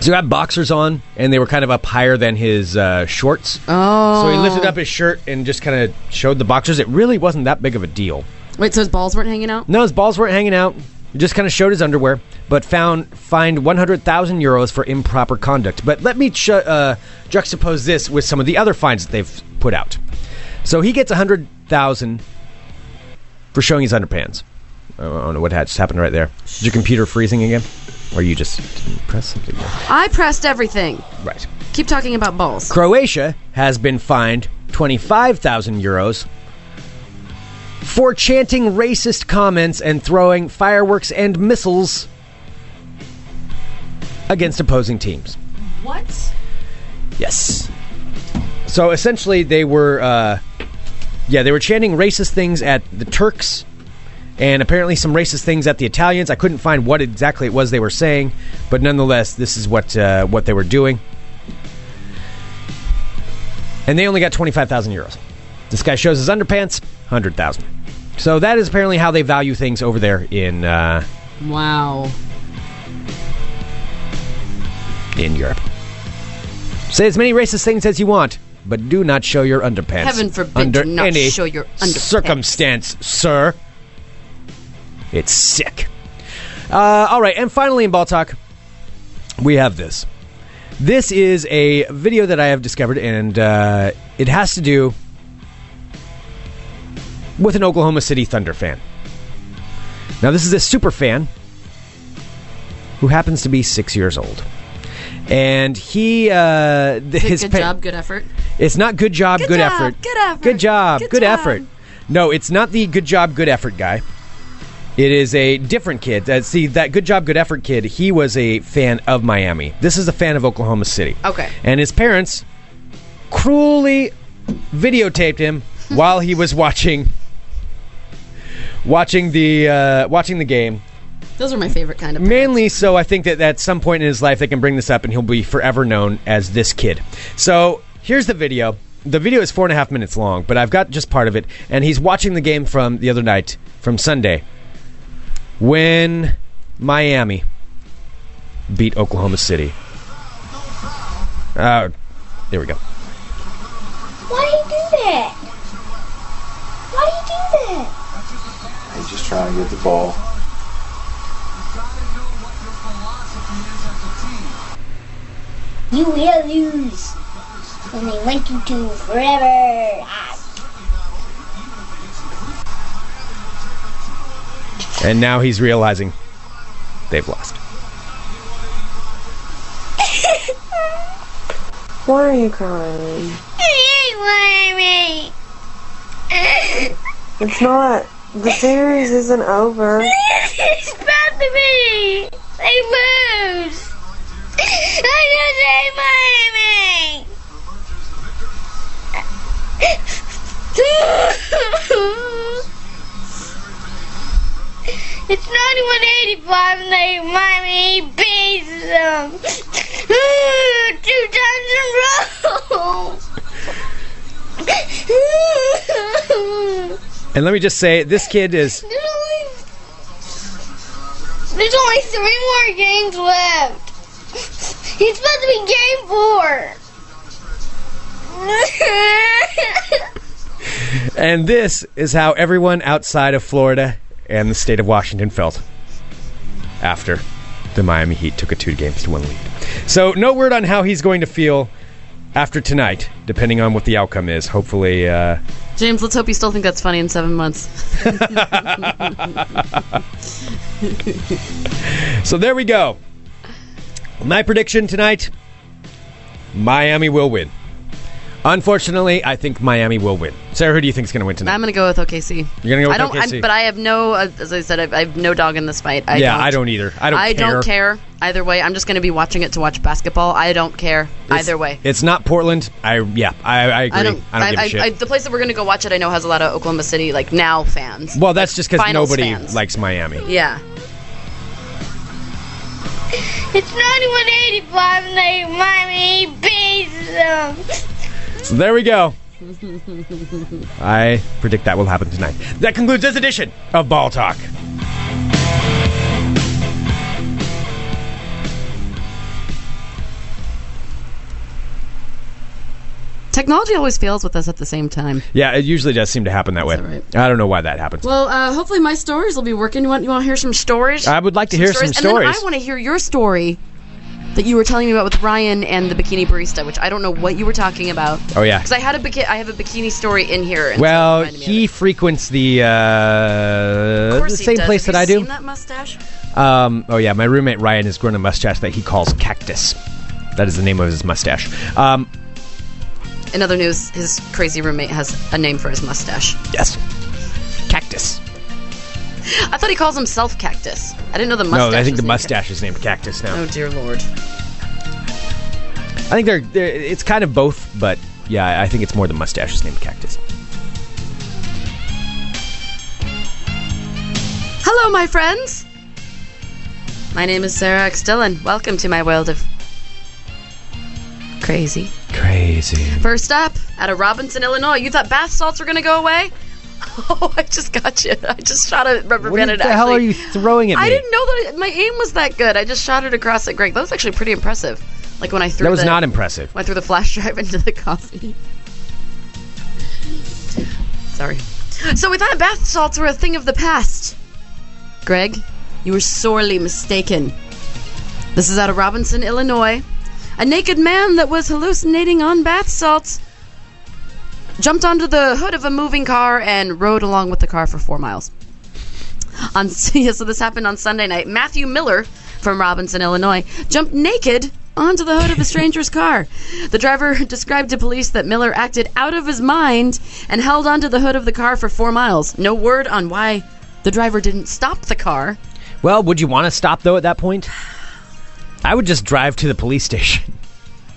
So he had boxers on, and they were kind of up higher than his uh, shorts.
Oh.
So he lifted up his shirt and just kind of showed the boxers. It really wasn't that big of a deal.
Wait, so his balls weren't hanging out?
No, his balls weren't hanging out. He just kind of showed his underwear, but found fined 100,000 euros for improper conduct. But let me ju- uh, juxtapose this with some of the other fines that they've put out. So he gets 100,000 for showing his underpants. I don't know what had- just happened right there. Is your computer freezing again? Or you just didn't press something?
I pressed everything.
Right.
Keep talking about balls.
Croatia has been fined 25,000 euros for chanting racist comments and throwing fireworks and missiles against opposing teams.
What?
Yes. So essentially, they were, uh, yeah, they were chanting racist things at the Turks, and apparently some racist things at the Italians. I couldn't find what exactly it was they were saying, but nonetheless, this is what uh, what they were doing. And they only got twenty five thousand euros. This guy shows his underpants, hundred thousand. So that is apparently how they value things over there in uh,
Wow.
in Europe. Say as many racist things as you want, but do not show your underpants.
Heaven forbid
under
to not
any
show your underpants.
circumstance, sir. It's sick. Uh, all right, and finally in ball talk, we have this. This is a video that I have discovered, and uh, it has to do with an Oklahoma City Thunder fan. Now, this is a super fan who happens to be six years old and he uh th- his
Good
pa-
job, good effort.
it's not good job good,
job,
effort
good effort,
good job good,
good
effort
job.
no it's not the good job good effort guy it is a different kid that see that good job good effort kid he was a fan of miami this is a fan of oklahoma city
Okay.
and his parents cruelly videotaped him while he was watching watching the uh, watching the game
Those are my favorite kind of.
Mainly so, I think that at some point in his life they can bring this up and he'll be forever known as this kid. So here's the video. The video is four and a half minutes long, but I've got just part of it. And he's watching the game from the other night, from Sunday, when Miami beat Oklahoma City. Uh, there we go.
Why do you do that? Why do you do that?
He's just trying to get the ball.
You will lose. And they link you to forever. Ah,
And now he's realizing they've lost.
Why are you crying?
I hate Miami.
It's not. The series isn't over.
It's about to be. They lose. I just hate Miami. It's 9185 and they Miami beats them. Two times in a row.
And let me just say, this kid is
There's only, there's only three more games left. It's supposed to be game four.
And this is how everyone outside of Florida and the state of Washington felt after the Miami Heat took a two games to one lead. So, no word on how he's going to feel after tonight, depending on what the outcome is. Hopefully, uh,
James, let's hope you still think that's funny in seven months.
so there we go. My prediction tonight Miami will win. Unfortunately, I think Miami will win. Sarah, who do you think is going to win tonight?
I'm gonna go with OKC.
You're gonna go
I don't,
with
I,
OKC?
but I have no. uh, As I said, I've, I have no dog in this fight. I
yeah,
don't.
I don't either. I don't
I
care.
don't care either way. I'm just gonna be watching it to watch basketball. I don't care
It's-
either way.
It's not Portland. I yeah, I, I agree. I don't, give a shit.
I, the place that we're gonna go watch it, I know has a lot of Oklahoma City like now fans.
Well, that's just because
finals
nobody
fans.
likes Miami.
yeah.
it's 9185 and they Miami beats them.
So there we go. I predict that will happen tonight. That concludes this edition of Ball Talk.
Technology always fails with us at the same time.
Yeah, it usually does seem to happen that way.
all right.
I don't know why that happens.
Well, uh, hopefully my stories will be working. You want you want to hear some stories?
I would like to hear some
And
stories.
then I want to hear your story that you were telling me about with Ryan and the bikini barista, which I don't know what you were talking about.
oh yeah.
Because I had a biki- I have a bikini story in here. And someone
Well,
reminded me of
he
it.
frequents the uh,
Of
the
course he
same
does.
place
Have
that I
you
do.
Seen that mustache?
Um, oh yeah, my roommate Ryan has grown a mustache that he calls Cactus. That is the name of his mustache. Um,
In other news, his crazy roommate has a name for his mustache.
yes, Cactus.
I thought he calls himself Cactus. I didn't know the mustache. Oh,
No, I think
was
the
named Cactus.
mustache is named Cactus now.
Oh dear lord.
I think they're, they're it's kind of both, but yeah, I think it's more the mustache's named Cactus.
Hello, my friends. My name is Sarah X. Dillon. Welcome to my world of crazy.
Crazy.
First up, out of Robinson, Illinois. You thought bath salts were going to go away? Oh, I just got you. I just shot a rubber
What
band
the
at
hell are
Ashley.
you throwing at me?
I didn't know that I- my aim was that good. I just shot it across at Greg. That was actually pretty impressive. Like when I threw
That was
the,
not impressive.
went through the flash drive into the coffee. Sorry. So we thought bath salts were a thing of the past. Greg, you were sorely mistaken. This is out of Robinson, Illinois. A naked man that was hallucinating on bath salts jumped onto the hood of a moving car and rode along with the car for four miles. On yeah, so this happened on Sunday night. Matthew Miller from Robinson, Illinois, jumped naked onto the hood of a stranger's car. The driver described to police that Miller acted out of his mind and held onto the hood of the car for four miles. No word on why the driver didn't stop the car.
Well, would you want to stop though at that point? I would just drive to the police station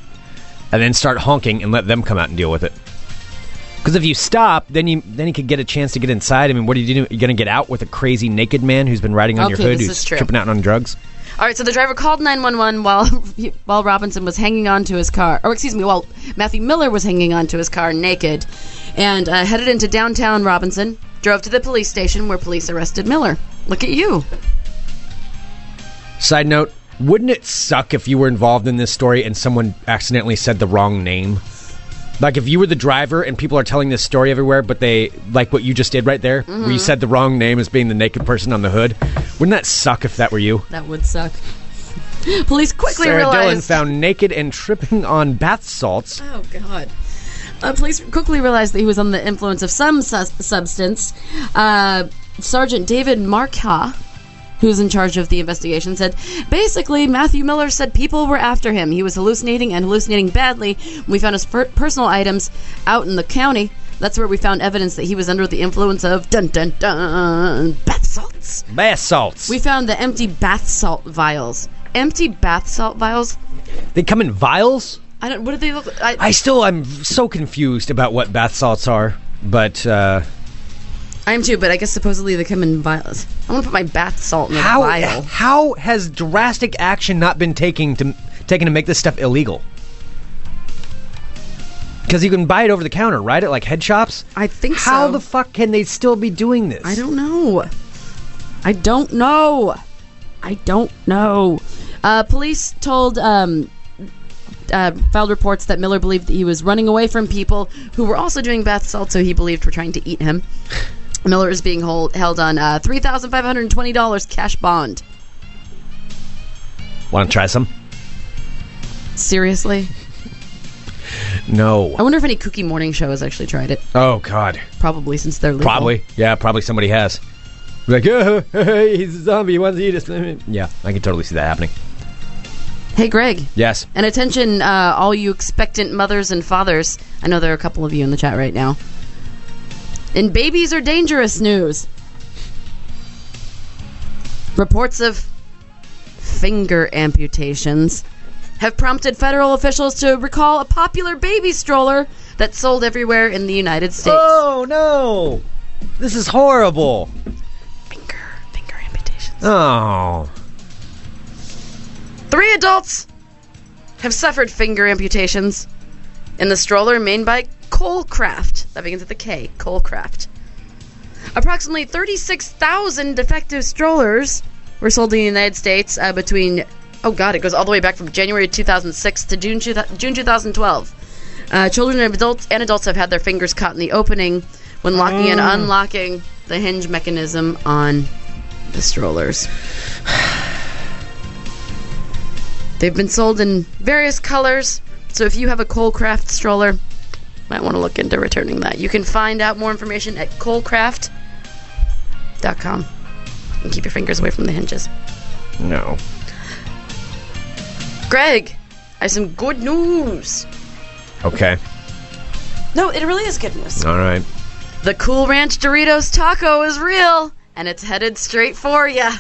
and then start honking and let them come out and deal with it. Because if you stop, then you then you could get a chance to get inside. I mean, what are you doing? You're gonna get out with a crazy naked man who's been riding on your
Okay,
hood,
this
who's
is true.
tripping out on drugs.
All right, so the driver called 911 while he- while Robinson was hanging on to his car, or excuse me, while Matthew Miller was hanging on to his car naked, and uh, headed into downtown Robinson. Drove to the police station where police arrested Miller. Look at you.
Side note: Wouldn't it suck if you were involved in this story and someone accidentally said the wrong name? Like if you were the driver and people are telling this story everywhere, but they like what you just did right there,
Mm-hmm.
where you said the wrong name as being the naked person on the hood. Wouldn't that suck if that were you?
That would suck. Police quickly
Sarah Dillon
realized.
found naked and tripping on bath salts.
oh God. Uh, police quickly realized that he was under the influence of some sus- substance. Uh, Sergeant David Marca, who's in charge of the investigation, said basically Matthew Miller said people were after him. He was hallucinating and hallucinating badly. We found his per- personal items out in the county. That's where we found evidence that he was under the influence of dun dun dun bath salts.
Bath salts.
We found the empty bath salt vials. Empty bath salt vials?
they come in vials.
I don't. What do they look? I,
I still am so confused about what bath salts are, but uh,
I am too, but I guess supposedly they come in vials. I want to put my bath salt in a
how
vial.
how has drastic action not been taken to taken to make this stuff illegal? Because you can buy it over the counter, right? At like head shops.
I think
How
so.
the fuck can they still be doing this?
I don't know. I don't know. I don't know. Uh, police told um, uh, filed reports that Miller believed that he was running away from people who were also doing bath salts, so he believed were trying to eat him. Miller is being hold, held on uh, three thousand five hundred twenty dollars cash bond.
Want to try some?
Seriously.
No.
I wonder if any Cookie Morning Show has actually tried it.
Oh God.
Probably since they're legal.
Probably. Yeah, probably somebody has. Like, oh, he's a zombie. He wants to eat us. Yeah, I can totally see that happening.
Hey, Greg.
Yes.
And attention, uh, all you expectant mothers and fathers. I know there are a couple of you in the chat right now. And babies are dangerous news. Reports of finger amputations have prompted federal officials to recall a popular baby stroller that's sold everywhere in the United States.
Oh no! This is horrible.
Finger, finger amputations.
Oh.
Three adults have suffered finger amputations in the stroller made by Colecraft. That begins with a K. Colecraft. Approximately 36,000 defective strollers were sold in the United States uh, between, oh God, it goes all the way back from January 2006 to June, two, June 2012. Uh, children and adults, and adults have had their fingers caught in the opening when locking and unlocking the hinge mechanism on the strollers. They've been sold in various colors, so if you have a Colecraft stroller, you might want to look into returning that. You can find out more information at colecraft.com and keep your fingers away from the hinges.
No.
Greg, I have some good news.
Okay.
No, it really is good news.
All right.
The Cool Ranch Doritos taco is real, and it's headed straight for ya.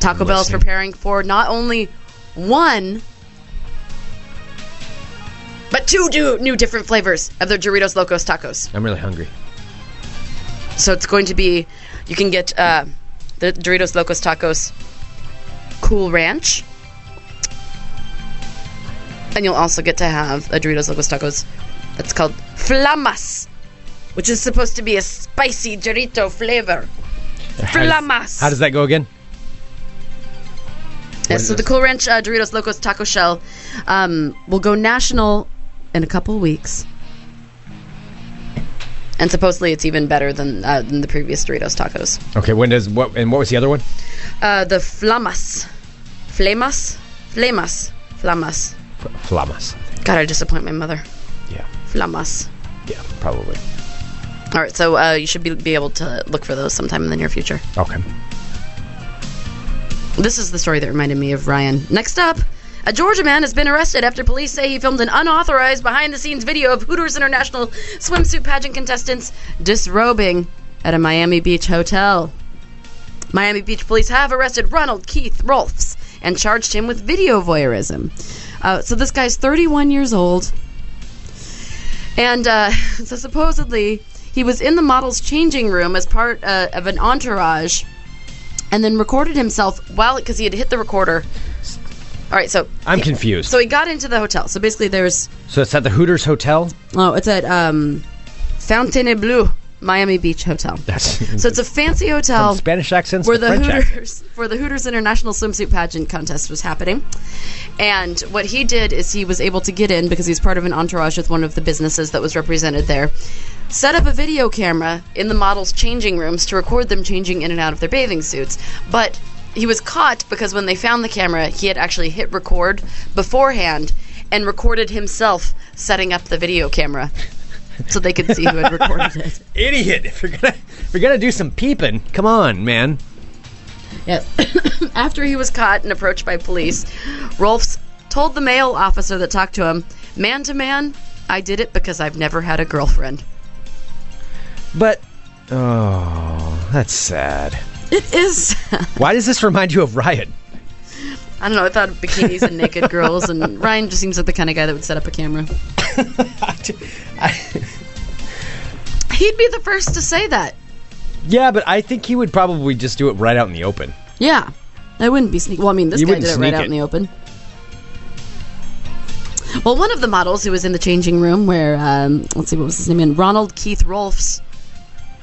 Taco Bell's
listening.
preparing for not only one, But two do new different flavors of their Doritos Locos Tacos.
I'm really hungry.
So it's going to be, you can get uh, the Doritos Locos Tacos Cool Ranch. And you'll also get to have a Doritos Locos Tacos that's called Flamas, which is supposed to be a spicy Dorito flavor. Flamas.
How does that go again?
Yeah, so the Cool Ranch uh, Doritos Locos Taco Shell um, will go national in a couple weeks, and supposedly it's even better than uh, than the previous Doritos tacos.
Okay, when does what and what was the other one?
Uh, the Flamas, Flamas, Flamas, Flamas.
Flamas.
God, I disappoint my mother.
Yeah,
Flamas.
yeah, probably.
All right, so uh, you should be, be able to look for those sometime in the near future.
Okay.
This is the story that reminded me of Ryan. Next up, a Georgia man has been arrested after police say he filmed an unauthorized behind the scenes video of Hooters International swimsuit pageant contestants disrobing at a Miami Beach hotel. Miami Beach police have arrested Ronald Keith Rolfs and charged him with video voyeurism. Uh, so this guy's 31 years old. And uh, so supposedly, he was in the model's changing room as part uh, of an entourage and then recorded himself while because he had hit the recorder. All right, so
I'm confused.
so he got into the hotel. So basically, there's
So it's at the Hooters Hotel.
oh, it's at um, Fontainebleau, Miami Beach Hotel.
That's
So it's a fancy hotel
Spanish accents.
where
to
Oh. the
French accent.
Hooters where the Hooters International Swimsuit Pageant contest was happening. And what he did is he was able to get in because he's part of an entourage with one of the businesses that was represented there. Set up a video camera in the models' changing rooms to record them changing in and out of their bathing suits, but he was caught because when they found the camera, he had actually hit record beforehand and recorded himself setting up the video camera so they could see who had recorded it.
Idiot! If you're gonna if you're gonna do some peeping, come on, man.
Yes. After he was caught and approached by police, Rolfs told the male officer that talked to him, man to man, I did it because I've never had a girlfriend.
But oh, that's sad.
It is.
Why does this remind you of Riot?
I don't know. I thought of bikinis and naked girls, and Ryan just seems like the kind of guy that would set up a camera. He'd be the first to say that.
yeah, but I think he would probably just do it right out in the open.
Yeah. I wouldn't be sneaky. Well, I mean, this
You
guy
wouldn't
did it right
sneak
out
it.
in the open. Well, one of the models who was in the changing room, where um, let's see, what was his name? In Ronald Keith Rolfs,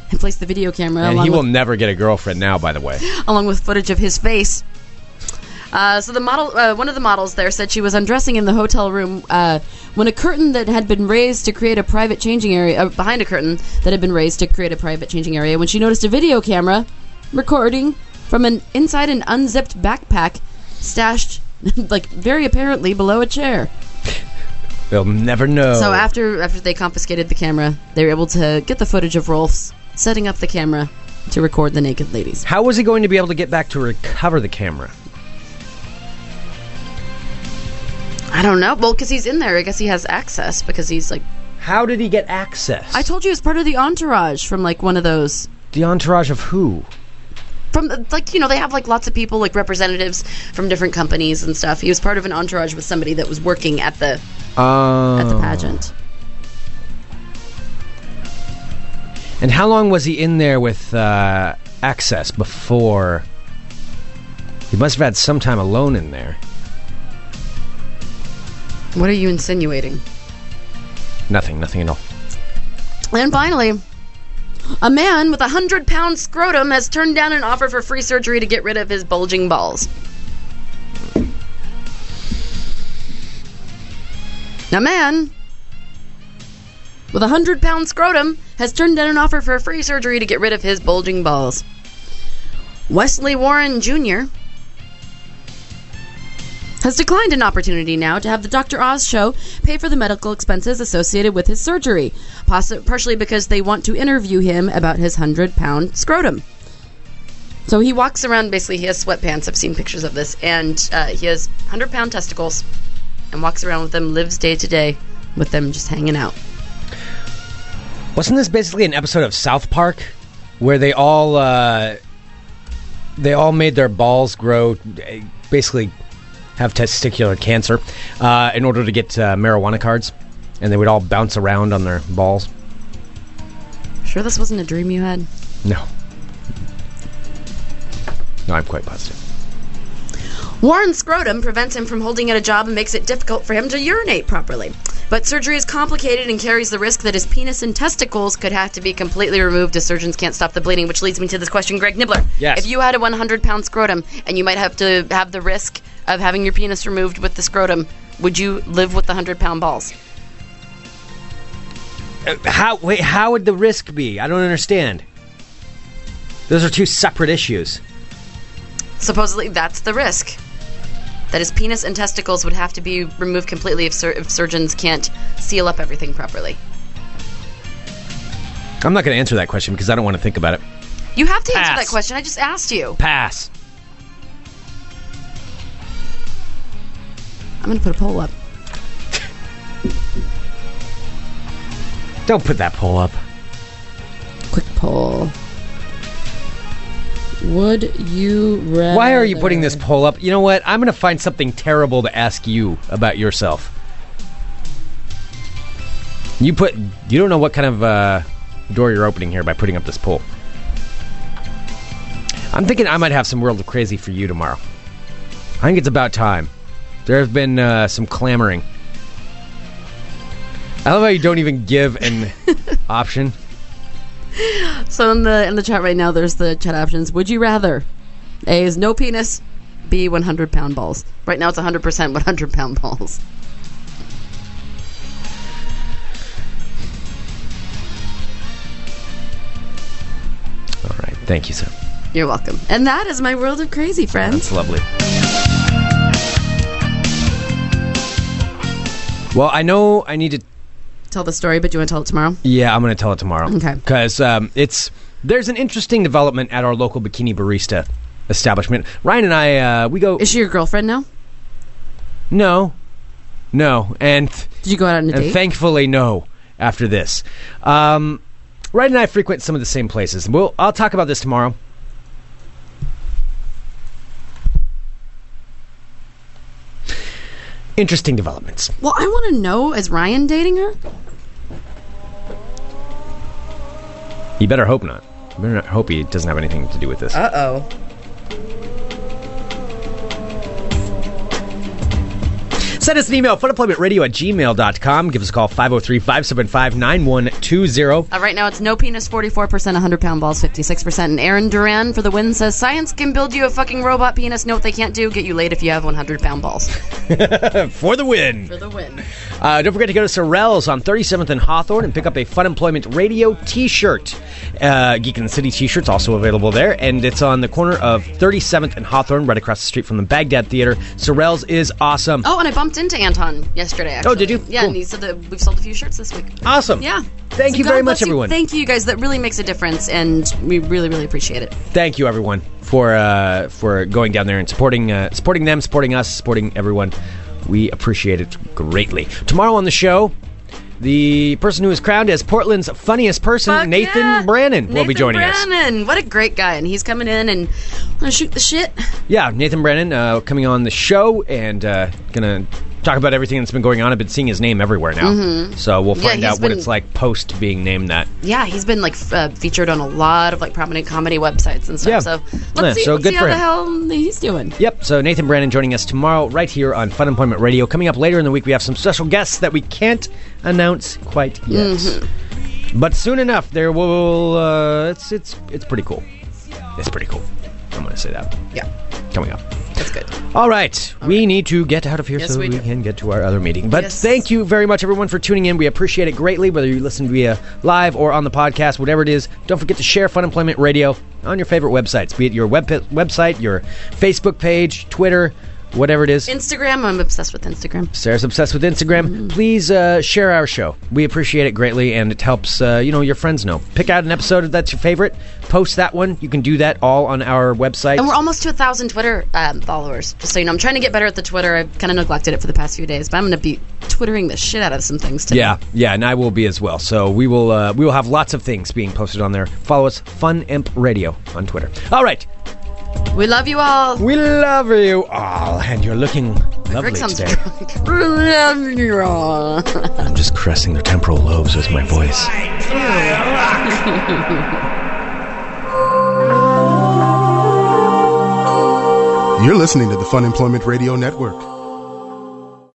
had placed the video camera
And
along
he will
with,
never get a girlfriend now. By the way,
along with footage of his face. Uh, so the model, uh, one of the models there said she was undressing in the hotel room uh, when a curtain that had been raised to create a private changing area, uh, behind a curtain that had been raised to create a private changing area, when she noticed a video camera recording from an inside an unzipped backpack stashed, like very apparently below a chair.
they'll never know.
So after after they confiscated the camera, they were able to get the footage of Rolf's setting up the camera to record the naked ladies.
how was he going to be able to get back to recover the camera?
I don't know. Well, because he's in there, I guess he has access because he's like.
How did he get access?
I told you it's part of the entourage from like one of those.
the entourage of who?
From uh, like you know they have like lots of people like representatives from different companies and stuff. He was part of an entourage with somebody that was working at the
Oh.
at the pageant.
And how long was he in there with uh, access before? He must have had some time alone in there.
What are you insinuating?
Nothing, nothing at all.
And finally, a man with a hundred pound scrotum has turned down an offer for free surgery to get rid of his bulging balls. A man with a hundred pound scrotum has turned down an offer for free surgery to get rid of his bulging balls. Wesley Warren Jr. has declined an opportunity now to have the Dr. Oz show pay for the medical expenses associated with his surgery, possi- partially because they want to interview him about his 100 pound scrotum. So he walks around, basically, he has sweatpants. I've seen pictures of this. And uh, he has 100 pound testicles and walks around with them, lives day to day with them, just hanging out.
Wasn't this basically an episode of South Park where they all uh, they all made their balls grow, eh, basically have testicular cancer, uh, in order to get uh, marijuana cards? and they would all bounce around on their balls.
Sure, this wasn't a dream you had.
No. No, I'm quite positive.
Warren scrotum prevents him from holding at a job and makes it difficult for him to urinate properly. But surgery is complicated and carries the risk that his penis and testicles could have to be completely removed as surgeons can't stop the bleeding, which leads me to this question, Greg Nibbler.
Yes.
If you had a 100 pound scrotum and you might have to have the risk of having your penis removed with the scrotum, would you live with the 100 pound balls?
How wait? How would the risk be? I don't understand. Those are two separate issues.
Supposedly, that's the risk. That his penis and testicles would have to be removed completely if, sur- if surgeons can't seal up everything properly.
I'm not going to answer that question because I don't want to think about it.
You have to answer
Pass.
that question. I just asked you.
Pass.
I'm gonna put a poll up.
Don't put that poll up.
Quick poll. Would you rather?
Why are you putting this poll up? You know what? I'm going to find something terrible to ask you about yourself. You put. You don't know what kind of uh, door you're opening here by putting up this poll. I'm thinking I might have some world of crazy for you tomorrow. I think it's about time. There have been uh, some clamoring. I love how you don't even give an option.
So in the in the chat right now, there's the chat options. Would you rather? A is no penis. B 100 pound balls.
Right now it's 100% 100 pound balls.
All right. Thank you, sir.
You're welcome.
And that is my world of crazy, friends.
That's lovely. Well, I know I need to.
Tell the story, but you want to tell it tomorrow?
Yeah, I'm going to tell it tomorrow.
Okay.
Because um, it's there's an interesting development at our local bikini barista establishment. Ryan and I, uh, we go.
Is she your girlfriend now?
no, no, and
Did you go out on a
and
date?
thankfully no. After this, um, Ryan and I frequent some of the same places. We'll I'll talk about this tomorrow. Interesting developments.
well, I want to know is Ryan dating her?
You better hope not. You better not hope he doesn't have anything to do with this.
Uh oh.
Send us an email, funemploymentradio at gmail.com. Give us a call, 503 575 9120.
Uh, right now it's no penis 44%, 100 pound balls 56%. And Aaron Duran for the win says science can build you a fucking robot penis. No, what they can't do get you laid if you have 100 pound balls.
For the win.
For the win.
Uh, don't forget to go to Sorrell's on 37th and Hawthorne and pick up a Fun Employment Radio t shirt. Uh, Geek in the City t shirt's also available there, and it's on the corner of 37th and Hawthorne, right across the street from the Baghdad Theater. Sorrell's is awesome.
Oh, and I bumped into Anton yesterday. Actually.
Oh, did you?
Yeah,
Cool.
and he said that we've sold a few shirts this week.
Awesome.
Yeah.
Thank
So
you
God
very
bless
much, everyone.
Thank you, you guys. That really makes a difference, and we really, really appreciate it.
thank you everyone for uh, for going down there and supporting uh, supporting them, supporting us, supporting everyone. We appreciate it greatly. Tomorrow on the show, the person who is crowned as Portland's funniest person,
Fuck
Nathan
yeah.
Brannon, will be
Nathan
joining us.
Brannon, what a great guy, and he's coming in and gonna shoot the shit.
Yeah, Nathan Brennan uh, coming on the show and uh, gonna talk about everything that's been going on. I've been seeing his name everywhere now, so we'll
Mm-hmm. Yeah, he's
find out what
been-
it's like post being named that.
Yeah, he's been like f- uh, featured on a lot of like prominent comedy websites and stuff.
Yeah.
So let's
Yeah,
see,
so
let's
good
see
for
how the
him.
hell he's doing.
Yep. So Nathan Brandon joining us tomorrow right here on Fun Employment Radio. Coming up later in the week, we have some special guests that we can't announce quite yet,
Mm-hmm.
but soon enough there will. Uh, it's it's it's pretty cool. It's pretty cool. I'm gonna say that.
Yeah,
Coming up.
that's good.
All right, we need to get out of here
Yes,
so
we
we,
do.
can get to our other meeting. But
Yes.
thank you very much, everyone, for tuning in. We appreciate it greatly, whether you listen via live or on the podcast, whatever it is. Don't forget to share Fun Employment Radio on your favorite websites, be it your web website, your Facebook page, Twitter, whatever it is.
Instagram, I'm obsessed with Instagram.
Sarah's obsessed with Instagram. Please uh, share our show. We appreciate it greatly, and it helps uh, you know your friends know. Pick out an episode that's your favorite. Post that one. You can do that all on our website.
And we're almost to a thousand Twitter um, followers. Just so you know, I'm trying to get better at the Twitter. I've kind of neglected it for the past few days, but I'm gonna be twittering the shit out of some things today.
Yeah, yeah, and I will be as well. So we will uh, we will have lots of things being posted on there. Follow us, Fun Imp Radio on Twitter. All right,
We love you all.
We love you all, and you're looking lovely
Rick sounds
today.
drunk. We love you all.
I'm just caressing their temporal lobes with my voice.
You're listening to the Fun Employment Radio Network.